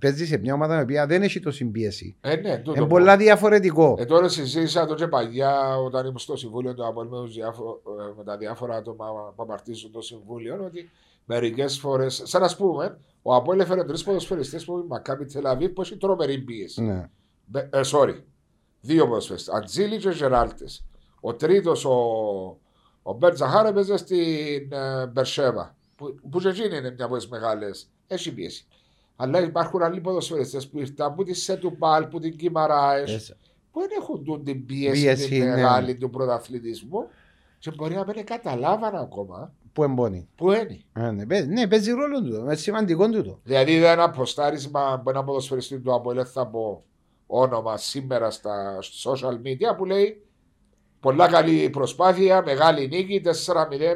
[SPEAKER 2] Παίζει σε μια ομάδα η οποία δεν έχει τόση πίεση.
[SPEAKER 1] Ε, ναι, τούτο
[SPEAKER 2] Είναι
[SPEAKER 1] που-
[SPEAKER 2] πολλά διαφορετικό.
[SPEAKER 1] Ε, τώρα συζήτησα το και παλιά όταν ήμουν στο Συμβούλιο του Απόλυμα με, τους διάφο- ε, με τα διάφορα άτομα που απαρτίζουν το Συμβούλιο ότι μερικές φορές, σαν να πούμε, ο Απόλυμα
[SPEAKER 2] Mm.
[SPEAKER 1] έφερε τρεις ποδοσφαιριστές που είναι Μακάμπι Τελαβή που έχει τρομερή πίεση.
[SPEAKER 2] Ναι.
[SPEAKER 1] Μπε- Ε, sorry. Δύο ποδοσφαιριστές. Ατζήλι και Γεράλτες. Ο τρίτος, ο, ο Μπερτζαχάρ, έπαιζε στην ε, Μπερσέβα. Που, που και εκείνη είναι μια από τις μεγάλες. Έχει πίεση. Αλλά υπάρχουν άλλοι ποδοσφαιριστές που ήρθαν από τη Σετουπάλ, που την Κιμαράε, που δεν έχουν τούν την πίεση,
[SPEAKER 2] Πίεση,
[SPEAKER 1] την
[SPEAKER 2] ναι.
[SPEAKER 1] μεγάλη του πρωταθλητισμού και μπορεί να μην καταλάβαν ακόμα
[SPEAKER 2] Που εμπώνει.
[SPEAKER 1] που είναι.
[SPEAKER 2] Ε, Ναι, παί- ναι, παίζει ρόλο του. Είναι σημαντικό τούτο.
[SPEAKER 1] Δηλαδή είδα ένα αποστάρισμα από ένα ποδοσφαιριστή του Αποέλ, δεν θα πω όνομα σήμερα στα social media που λέει Πολλά καλή προσπάθεια, μεγάλη νίκη, 4-0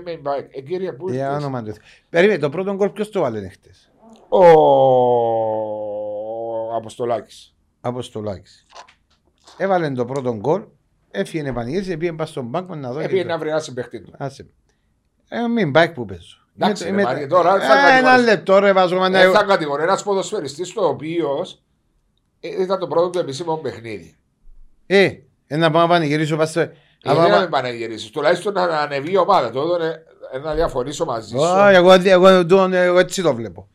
[SPEAKER 1] με Μπα- ε, κύριε που
[SPEAKER 2] Για
[SPEAKER 1] ήρθες.
[SPEAKER 2] όνομα του. Θεού. Περίμενε, το πρώτο γκολ ποιος το βάλε χτες.
[SPEAKER 1] Ο Αποστολάκης.
[SPEAKER 2] Αποστολάκης. Έβαλε το πρώτο γκολ, έφυγε πανηγύρισε, πήγε πας στον πάγκο να δω.
[SPEAKER 1] Έπειε Ε, να βρει ένα συμπαιχτή του.
[SPEAKER 2] Άσε. με. Ε, μην πάει που παίζω.
[SPEAKER 1] Εντάξει,
[SPEAKER 2] Είμαι-
[SPEAKER 1] ρε,
[SPEAKER 2] είμαι-
[SPEAKER 1] Μάρια, τώρα θα
[SPEAKER 2] Ε, Ένα
[SPEAKER 1] κατηγορήσεις.
[SPEAKER 2] λεπτό ρε βάζω μάνα.
[SPEAKER 1] Ε, θα κατηγορεί ένας ποδοσφαιριστής το οποίος ήταν το πρώτο του επίσημο παιχνίδι.
[SPEAKER 2] Ε, ε, να πάω να πανηγυρίσω πας στο...
[SPEAKER 1] Ε, Δεν
[SPEAKER 2] να πάω-
[SPEAKER 1] να με πανεγυρίσει. Τουλάχιστον να ανεβεί η ομάδα. Τότε ε, να διαφωνήσω μαζί σου.
[SPEAKER 2] Ω, εγώ- Εγώ τον- εγώ έτσι το βλέπω.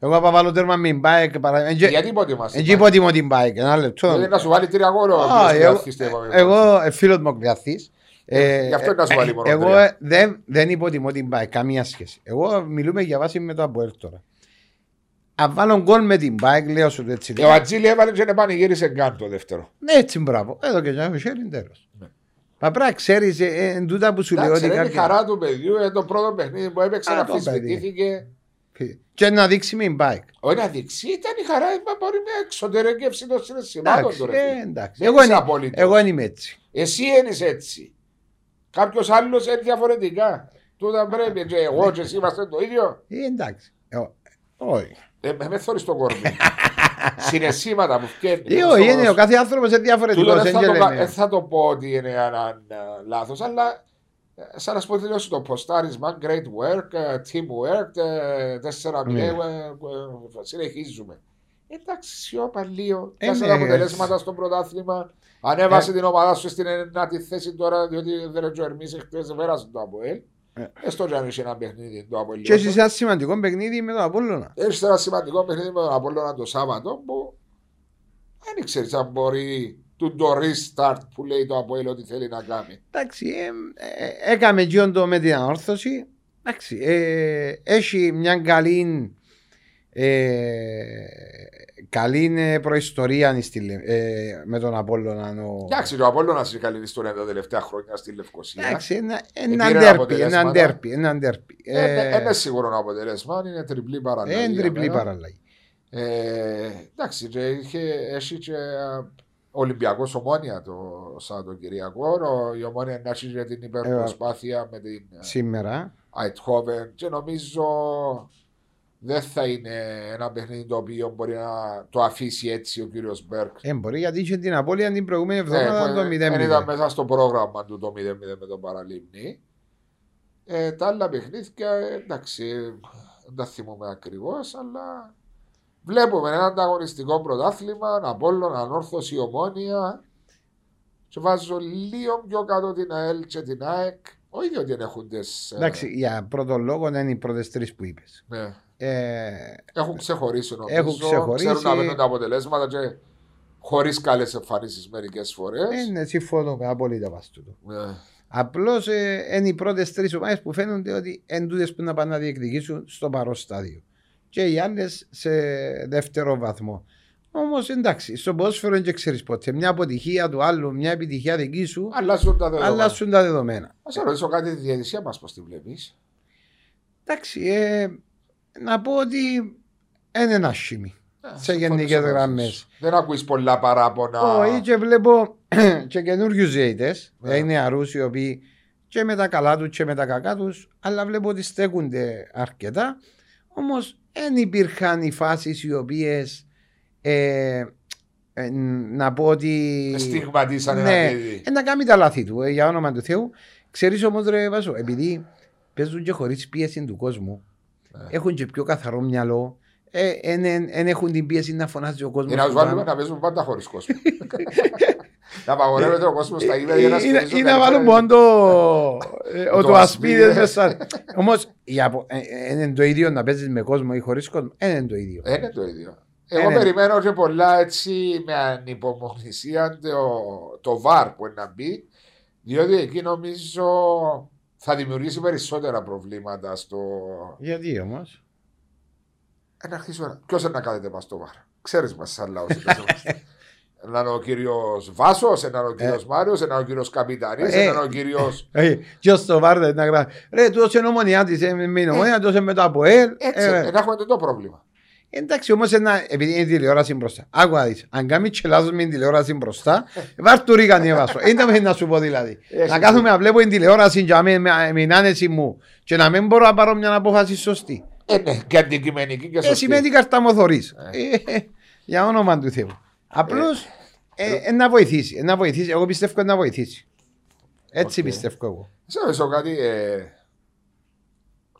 [SPEAKER 2] Εγώ θα βάλω τέρμα μην πάει και παρα... εν και-
[SPEAKER 1] Γιατί προτιμάσαι.
[SPEAKER 2] Εν και είπα ότι μου την πάει. Ένα λεπτό.
[SPEAKER 1] Δηλαδή να σου βάλει τρία γκολ. ο
[SPEAKER 2] Α,
[SPEAKER 1] οποίος
[SPEAKER 2] εγώ-
[SPEAKER 1] Κριάθης, το είπαμε.
[SPEAKER 2] Εγώ ε, φίλος μου ο Κριαθής. Ε,
[SPEAKER 1] Γι' αυτό να σου βάλει μόνο
[SPEAKER 2] Εγώ
[SPEAKER 1] τρία.
[SPEAKER 2] ε, δεν, δεν υποτιμώ την ΠΑΕ, καμία σχέση. Εγώ μιλούμε για βάση με το Αποέλ τώρα. Αν βάλω γκολ με την ΠΑΕ, λέω σου το έτσι.
[SPEAKER 1] Ε, Ο Ατζήλη έβαλε και να πανηγύρισε καν το δεύτερο.
[SPEAKER 2] Ναι, έτσι μπράβο. Εδώ και να χέρι τέλος.
[SPEAKER 1] Ναι.
[SPEAKER 2] Μα πρέπει να ξέρεις ε, ε, εν τούτα που σου λέω
[SPEAKER 1] Εντάξει,
[SPEAKER 2] ότι
[SPEAKER 1] ρε, είναι η
[SPEAKER 2] κάποια...
[SPEAKER 1] χαρά του παιδιού. Είναι το πρώτο παιχνίδι που έπαιξε
[SPEAKER 2] Α,
[SPEAKER 1] να
[SPEAKER 2] το παιδί.
[SPEAKER 1] αφισβητήθηκε.
[SPEAKER 2] Και να δείξει με την ΠΑΕ.
[SPEAKER 1] Όχι να δείξει, ήταν η χαρά. Μα μπορεί να εξωτερικεύσει το συναισθημάτων
[SPEAKER 2] Εντάξει,
[SPEAKER 1] του. ρε
[SPEAKER 2] ε,
[SPEAKER 1] φίλε.
[SPEAKER 2] εντάξει.
[SPEAKER 1] Δεν
[SPEAKER 2] Εγώ,
[SPEAKER 1] είσαι
[SPEAKER 2] εν-
[SPEAKER 1] απόλυτος.
[SPEAKER 2] εγώ δεν είμαι έτσι.
[SPEAKER 1] Εσύ ένεις έτσι. Κάποιος άλλος είναι διαφορετικά. Τούτα πρέπει. Και εγώ και εσύ είμαστε το ίδιο.
[SPEAKER 2] Ε, εντάξει. Εγώ- Όχι.
[SPEAKER 1] Ε, με θόρυς το κορμί. Συναισθήματα που
[SPEAKER 2] Ε,
[SPEAKER 1] φτιάχνει.
[SPEAKER 2] όχι, είναι ο κάθε άνθρωπος είναι διαφορετικός.
[SPEAKER 1] Τούτο
[SPEAKER 2] εν
[SPEAKER 1] δεν θα,
[SPEAKER 2] και
[SPEAKER 1] το, κα- ε,
[SPEAKER 2] λέμε.
[SPEAKER 1] δεν θα το πω ότι είναι έναν λάθος, αλλά ε, σαν να σου πω τελειώσει το ποστάρισμα. Great work, ε, team work, ε, 4-0.
[SPEAKER 2] Ναι.
[SPEAKER 1] ε, ε, Συνεχίζουμε. Εντάξει, σιώπα λίγο.
[SPEAKER 2] Ε,
[SPEAKER 1] Τέσσερα
[SPEAKER 2] ναι. Ε.
[SPEAKER 1] αποτελέσματα στο πρωτάθλημα. Ανέβασε την ομάδα σου στην ενάτη θέση τώρα, διότι δεν έτσι ο Ερμή εχθέ πέρασε το Αποέλ.
[SPEAKER 2] Ε.
[SPEAKER 1] Έστω και αν είχε ένα παιχνίδι το Αποέλ.
[SPEAKER 2] Και έχεις ένα σημαντικό παιχνίδι με τον Απόλλωνα.
[SPEAKER 1] Έρχεται ένα σημαντικό παιχνίδι με τον Απόλλωνα το Σάββατο που δεν ήξερε αν μπορεί του το restart που λέει το Αποέλ ότι θέλει να κάνει.
[SPEAKER 2] Εντάξει, ε, ε, έκαμε και όντο με την ανόρθωση. Εντάξει, ε, έχει μια καλή, ε, καλή ε, προϊστορία στη Λε- ε, με τον Απόλλωνα. Ο...
[SPEAKER 1] Εντάξει, το Απόλλωνας έχει καλή ιστορία τα τελευταία χρόνια στη Λευκοσία.
[SPEAKER 2] Εντάξει, Ε, ένα-
[SPEAKER 1] Επήρε
[SPEAKER 2] ένα ντέρπι,
[SPEAKER 1] αποτελέσματα.
[SPEAKER 2] ένα ντέρπι, ένα ντέρπι.
[SPEAKER 1] Ε, Δεν είναι σίγουρο το αποτέλεσμα, είναι τριπλή παραλλαγή.
[SPEAKER 2] Είναι
[SPEAKER 1] για
[SPEAKER 2] τριπλή
[SPEAKER 1] μένα.
[SPEAKER 2] παραλλαγή.
[SPEAKER 1] Ε, εντάξει, και είχε, έχει και Ολυμπιακός Ομόνια το Σαββατοκυριακό. Ο- Η Ομόνια να έχει και
[SPEAKER 2] Ε,
[SPEAKER 1] την υπερπροσπάθεια με την. ε,
[SPEAKER 2] Σήμερα,
[SPEAKER 1] Αιτχόβεν και νομίζω δεν θα είναι ένα παιχνίδι το οποίο μπορεί να το αφήσει έτσι ο κύριος Μπέρκ.
[SPEAKER 2] ε, μπορεί γιατί είχε την απώλεια την προηγούμενη εβδομάδα το
[SPEAKER 1] Ε, Δεν ήταν
[SPEAKER 2] 0-0.
[SPEAKER 1] μέσα στο πρόγραμμα του το 0-0 με τον Παραλίμνη. Ε, τα άλλα παιχνίδια εντάξει δεν τα θυμούμε ακριβώς, αλλά βλέπουμε ένα ανταγωνιστικό πρωτάθλημα, Απόλλων, Ανόρθωση, Ομόνια και βάζω λίγο πιο κάτω την ΑΕΛ και την ΑΕΚ όχι διότι δεν έχουν τις... ε,
[SPEAKER 2] Εντάξει, για πρώτο λόγο είναι οι πρώτες τρεις που είπες.
[SPEAKER 1] ναι.
[SPEAKER 2] Ε,
[SPEAKER 1] Έχουν ξεχωρίσει νομίζω.
[SPEAKER 2] Έχουν ξεχωρίσει.
[SPEAKER 1] Ξέρουν να παίρνουν τα αποτελέσματα και χωρίς καλές εμφανίσεις μερικές φορές.
[SPEAKER 2] Ε, Ναι, συμφωνώ με απόλυτα βάση τούτο. Απλώς ε, είναι οι πρώτες τρεις ομάδες που φαίνονται ότι εν τούτες που να πάνε να διεκδικήσουν στο παρόν στάδιο. Και οι άλλες σε δεύτερο βαθμό. Όμως εντάξει, στο ποδόσφαιρο δεν ξέρεις ποτέ. Μια αποτυχία του άλλου, μια επιτυχία δική σου,
[SPEAKER 1] Αλλάζουν τα δεδομένα.
[SPEAKER 2] αλλάσουν τα δεδομένα.
[SPEAKER 1] Ας σε ρωτήσω κάτι τη διαιτησία μας, πώς τη βλέπεις.
[SPEAKER 2] Εντάξει, ε, να πω ότι είναι ένα σχήμι. Σε γενικές γραμμές.
[SPEAKER 1] Δεν ακούει πολλά παράπονα.
[SPEAKER 2] Όχι, και βλέπω και καινούριους ζέητε.
[SPEAKER 1] Ναι.
[SPEAKER 2] Είναι αρού οι οποίοι και με τα καλά τους και με τα κακά τους, αλλά βλέπω ότι στέκονται αρκετά. Όμως δεν υπήρχαν οι φάσεις οι οποίες ε, ε, να πω ότι.
[SPEAKER 1] Δεν Στιγματίσαν
[SPEAKER 2] Ναι,
[SPEAKER 1] ένα παιδί.
[SPEAKER 2] ε, να κάνει τα λάθη του, ε, για όνομα του Θεού. Ξέρεις όμως, ρε Βάσο, επειδή παίζουν και χωρίς πίεση του κόσμου,
[SPEAKER 1] Ε.
[SPEAKER 2] έχουν και πιο καθαρό μυαλό, δεν ε, εν- εν- εν έχουν την πίεση να φωνάζει ο κόσμος.
[SPEAKER 1] Για να τους βάλουμε να παίζουν πάντα χωρίς κόσμο. Να απαγορεύεται ο κόσμος στα ίδια για να
[SPEAKER 2] Είναι-
[SPEAKER 1] στηρίζουν
[SPEAKER 2] Είναι
[SPEAKER 1] τα
[SPEAKER 2] να βάλουν
[SPEAKER 1] ίδια.
[SPEAKER 2] πόντο
[SPEAKER 1] Ο
[SPEAKER 2] ο
[SPEAKER 1] το
[SPEAKER 2] του ασπίδες
[SPEAKER 1] ασπίδες.
[SPEAKER 2] μέσα. pues, Όμως είναι το ίδιο να παίζεις με κόσμο ή χωρίς κόσμο. Είναι το ίδιο.
[SPEAKER 1] ¿Eh? Ε, Είναι το ίδιο. Ε, Εγώ
[SPEAKER 2] ναι.
[SPEAKER 1] περιμένω και πολλά έτσι με ανυπομονησία το, το βαρ που είναι να μπει, διότι εκεί νομίζω θα δημιουργήσει περισσότερα προβλήματα στο.
[SPEAKER 2] Γιατί όμως.
[SPEAKER 1] Ε, Να αρχίσω. Ποιο να κάθεται μα στο βαρ. Ξέρεις μας, σαν λαός. Ένα είναι ο κύριος Βάσος, ένα είναι ο κύριος Μάριο, ένα είναι ο κύριος Καπιτανή,
[SPEAKER 2] Ε.
[SPEAKER 1] ένα είναι ο κύριος.
[SPEAKER 2] Ποιο στο βάρδε να γράφει. Ρε, του έδωσε νομονιά τη, μην νομονιά, του έδωσε μετά από ελ.
[SPEAKER 1] Έτσι,
[SPEAKER 2] Ε,
[SPEAKER 1] ε, να έχουμε το πρόβλημα.
[SPEAKER 2] Εντάξει, όμως επειδή είναι τηλεόραση μπροστά. Άκου να δεις, Αν κάνεις τσελάζο με την τηλεόραση μπροστά, βάρ του ρίγανη έβασο. Είναι τα να σου πω δηλαδή.
[SPEAKER 1] Έχεις
[SPEAKER 2] να
[SPEAKER 1] δίκιο.
[SPEAKER 2] κάθομαι να βλέπω την τηλεόραση και να μην- με με την άνεση μου και να μην μπορώ να πάρω μια απόφαση σωστή.
[SPEAKER 1] Ε, ναι, και αντικειμενική και
[SPEAKER 2] Ε,
[SPEAKER 1] σωστή.
[SPEAKER 2] σημαίνει καρτά μου θωρείς. Ε, ε, Για όνομα του Θεού. Απλώς
[SPEAKER 1] ε,
[SPEAKER 2] να βοηθήσει. ε, Να βοηθήσει. Εγώ πιστεύω να βοηθήσει. Έτσι
[SPEAKER 1] Οκ.
[SPEAKER 2] πιστεύω εγώ.
[SPEAKER 1] Σε ρωτήσω κάτι. Ε,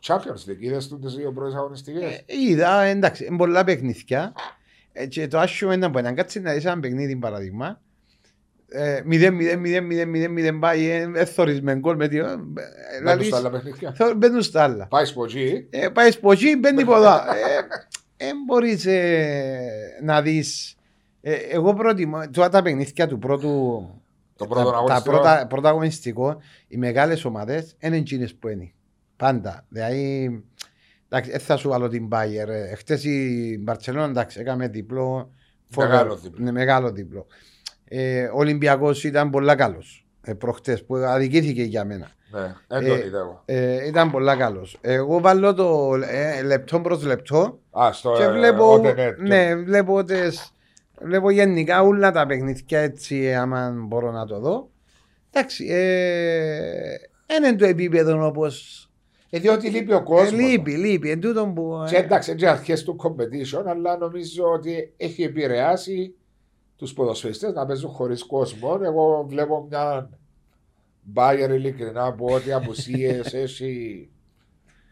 [SPEAKER 1] Champions League, είδες του τις δύο πρώτες αγωνιστικές.
[SPEAKER 2] Ε, Είδα, εντάξει, είναι πολλά παιχνίδια. Ε, και το άσχημο είναι που να κάτσεις να δεις ένα παιχνίδι, παράδειγμα. Ε, 0-0-0-0-0 πάει, ε, ε, θωρείς με γκολ με δύο. ε, ε,
[SPEAKER 1] Δεν
[SPEAKER 2] λαλείς,
[SPEAKER 1] τους τα άλλα παιχνίδια.
[SPEAKER 2] θω- Μπαίνουν στα άλλα.
[SPEAKER 1] Πάει σποτζή.
[SPEAKER 2] Ε, πάει σποχή, μπαίνει πολλά. Δεν μπορείς ε, να δεις. Ε, εγώ προτιμώ, τώρα τα παιχνίδια του πρώτου,
[SPEAKER 1] Το
[SPEAKER 2] Ε, τα,
[SPEAKER 1] πρώτο
[SPEAKER 2] τα
[SPEAKER 1] αγωνιστικό.
[SPEAKER 2] πρώτα, πρώτα αγωνιστικό, οι μεγάλες ομάδες είναι εκείνες που είναι. Πάντα. Δηλαδή, εντάξει, δεν θα σου βάλω την Bayer. ε, Χτες η Μπαρτσελόνα, εντάξει, έκαμε διπλό. φοβερό.
[SPEAKER 1] Μεγάλο διπλό.
[SPEAKER 2] Ναι, μεγάλο διπλό. Ε, ο Ολυμπιακός ήταν πολλά καλός. Ε, προχτές, που αδικήθηκε για μένα.
[SPEAKER 1] Ναι, δεν τον
[SPEAKER 2] Ε,
[SPEAKER 1] είδα εγώ.
[SPEAKER 2] Ε, ήταν πολλά καλός. Εγώ βάλω το ε, λεπτό προς λεπτό
[SPEAKER 1] Α, στο
[SPEAKER 2] και
[SPEAKER 1] ε,
[SPEAKER 2] βλέπω,
[SPEAKER 1] Open Air, το-
[SPEAKER 2] ναι, βλέπω, τις- βλέπω γενικά όλα τα παιχνίδια έτσι, ε, άμα μπορώ να το δω. Εντάξει, ε, δεν είναι το επίπεδο όπως.
[SPEAKER 1] Ε, διότι λείπει ο
[SPEAKER 2] Ε,
[SPEAKER 1] κόσμος. ναι.
[SPEAKER 2] λείπει, λείπει. Εν τούτον που. ε,
[SPEAKER 1] Και εντάξει, είναι και αρχές του competition, αλλά νομίζω ότι έχει επηρεάσει τους ποδοσφαιριστές να παίζουν χωρίς κόσμο. Εγώ βλέπω μια Bayer ειλικρινά που ό,τι απουσίες έχει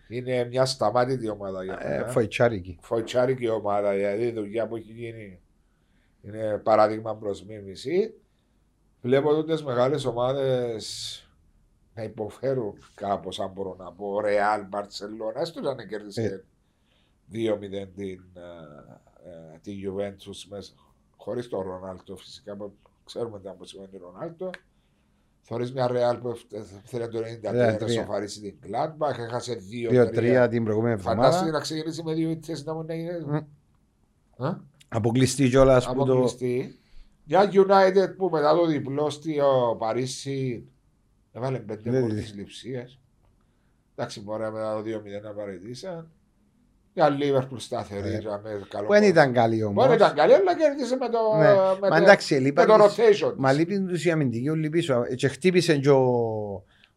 [SPEAKER 1] είναι μια σταμάτητη ομάδα για
[SPEAKER 2] ε,
[SPEAKER 1] μένα.
[SPEAKER 2] φοητσάρικη.
[SPEAKER 1] φοητσάρικη ομάδα, δηλαδή η δουλειά που έχει γίνει είναι παράδειγμα προς μίμηση. Βλέπω τι μεγάλες ομάδες να υποφέρουν κάπως, αν μπορώ να πω. Ρεάλ, Μπαρσελόνα, έστω και αν κέρδισε 2-0 την, ε, ε, την Juventus μέσα. Χωρίς τον Ρονάλτο, φυσικά που ξέρουμε τι άποψη σημαίνει ο Ρονάλτο. Θεωρεί μια Ρεάλ που έφτα- θέλει το 93 να
[SPEAKER 2] 93.
[SPEAKER 1] σοφαρίσει την Gladbach, έχασε 2-3
[SPEAKER 2] 2-3 την προηγούμενη
[SPEAKER 1] Φαντάστηκε
[SPEAKER 2] εβδομάδα.
[SPEAKER 1] να ξεκινήσει με δύο ήττες να μπορεί να
[SPEAKER 2] Μμ.
[SPEAKER 1] γίνει. Α,
[SPEAKER 2] Αποκλειστή κιόλας που το.
[SPEAKER 1] Αποκλειστή. Μια United που μετά το διπλό στο Παρίσι έβαλε πέντε
[SPEAKER 2] Ναι,
[SPEAKER 1] κόρτες λειψίας. Εντάξει, μπορεί να μετά το 2-0 να παρετήσαν. Μια Liverpool σταθερή,
[SPEAKER 2] Ε,
[SPEAKER 1] για μένα, καλό
[SPEAKER 2] Που δεν
[SPEAKER 1] πόδι.
[SPEAKER 2] ήταν καλή
[SPEAKER 1] Μπορεί
[SPEAKER 2] όμω.
[SPEAKER 1] να ήταν καλή, αλλά κέρδισε με το,
[SPEAKER 2] Ναι.
[SPEAKER 1] με
[SPEAKER 2] Μα
[SPEAKER 1] το-
[SPEAKER 2] εντάξει,
[SPEAKER 1] με το
[SPEAKER 2] λείπαν τις-
[SPEAKER 1] rotation.
[SPEAKER 2] Μα
[SPEAKER 1] της.
[SPEAKER 2] λείπει τους η αμυντική όλοι πίσω. Και χτύπησε και ο.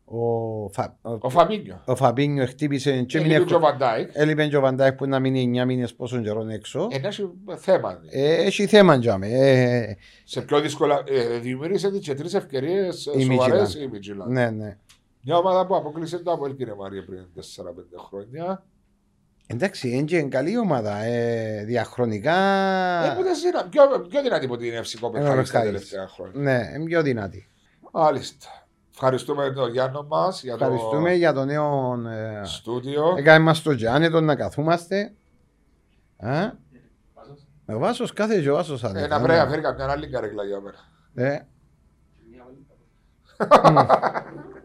[SPEAKER 2] Ο, Φα-
[SPEAKER 1] Ο
[SPEAKER 2] ο,
[SPEAKER 1] Φαμπίνιο.
[SPEAKER 2] ο Φαμπίνιο χτύπησε και
[SPEAKER 1] Και
[SPEAKER 2] έμεινε
[SPEAKER 1] ο Βαντάικ.
[SPEAKER 2] Έλειπε και ο Βαντάκ που να μείνει 9 μήνες πόσο καιρό έξω.
[SPEAKER 1] Ένα έχει θέμα.
[SPEAKER 2] Ε, έχει θέμα για με. Ε,
[SPEAKER 1] Σε πιο δύσκολα. ε, Δημιουργήσατε και τρεις ευκαιρίες
[SPEAKER 2] Η
[SPEAKER 1] σοβαρέ
[SPEAKER 2] Midtjylland.
[SPEAKER 1] ε, η Midtjylland.
[SPEAKER 2] ναι, ναι.
[SPEAKER 1] Μια ομάδα που αποκλείσε το Αποέλ κύριε Μαρία πριν 4-5 χρόνια.
[SPEAKER 2] Εντάξει, είναι και καλή ομάδα. Ε, διαχρονικά.
[SPEAKER 1] Ε, ποτέ σύνα- πιο, πιο δυνατή από την FC Κοπεχάγη τα
[SPEAKER 2] Κοπεχάγης.
[SPEAKER 1] τελευταία χρόνια.
[SPEAKER 2] ναι, είναι πιο δυνατή.
[SPEAKER 1] Μάλιστα. Ευχαριστούμε τον Γιάννο μας για το
[SPEAKER 2] Ευχαριστούμε για το νέο. Ε,
[SPEAKER 1] στούντιο.
[SPEAKER 2] Έκανε μας το τζάνετο να καθούμαστε. Α? Ο Βάσος κάθε και ο Βάσος
[SPEAKER 1] Ε,
[SPEAKER 2] αδερφέ.
[SPEAKER 1] να πρέπει να φέρει καμιά άλλη καρέκλα για μένα.
[SPEAKER 2] Ε.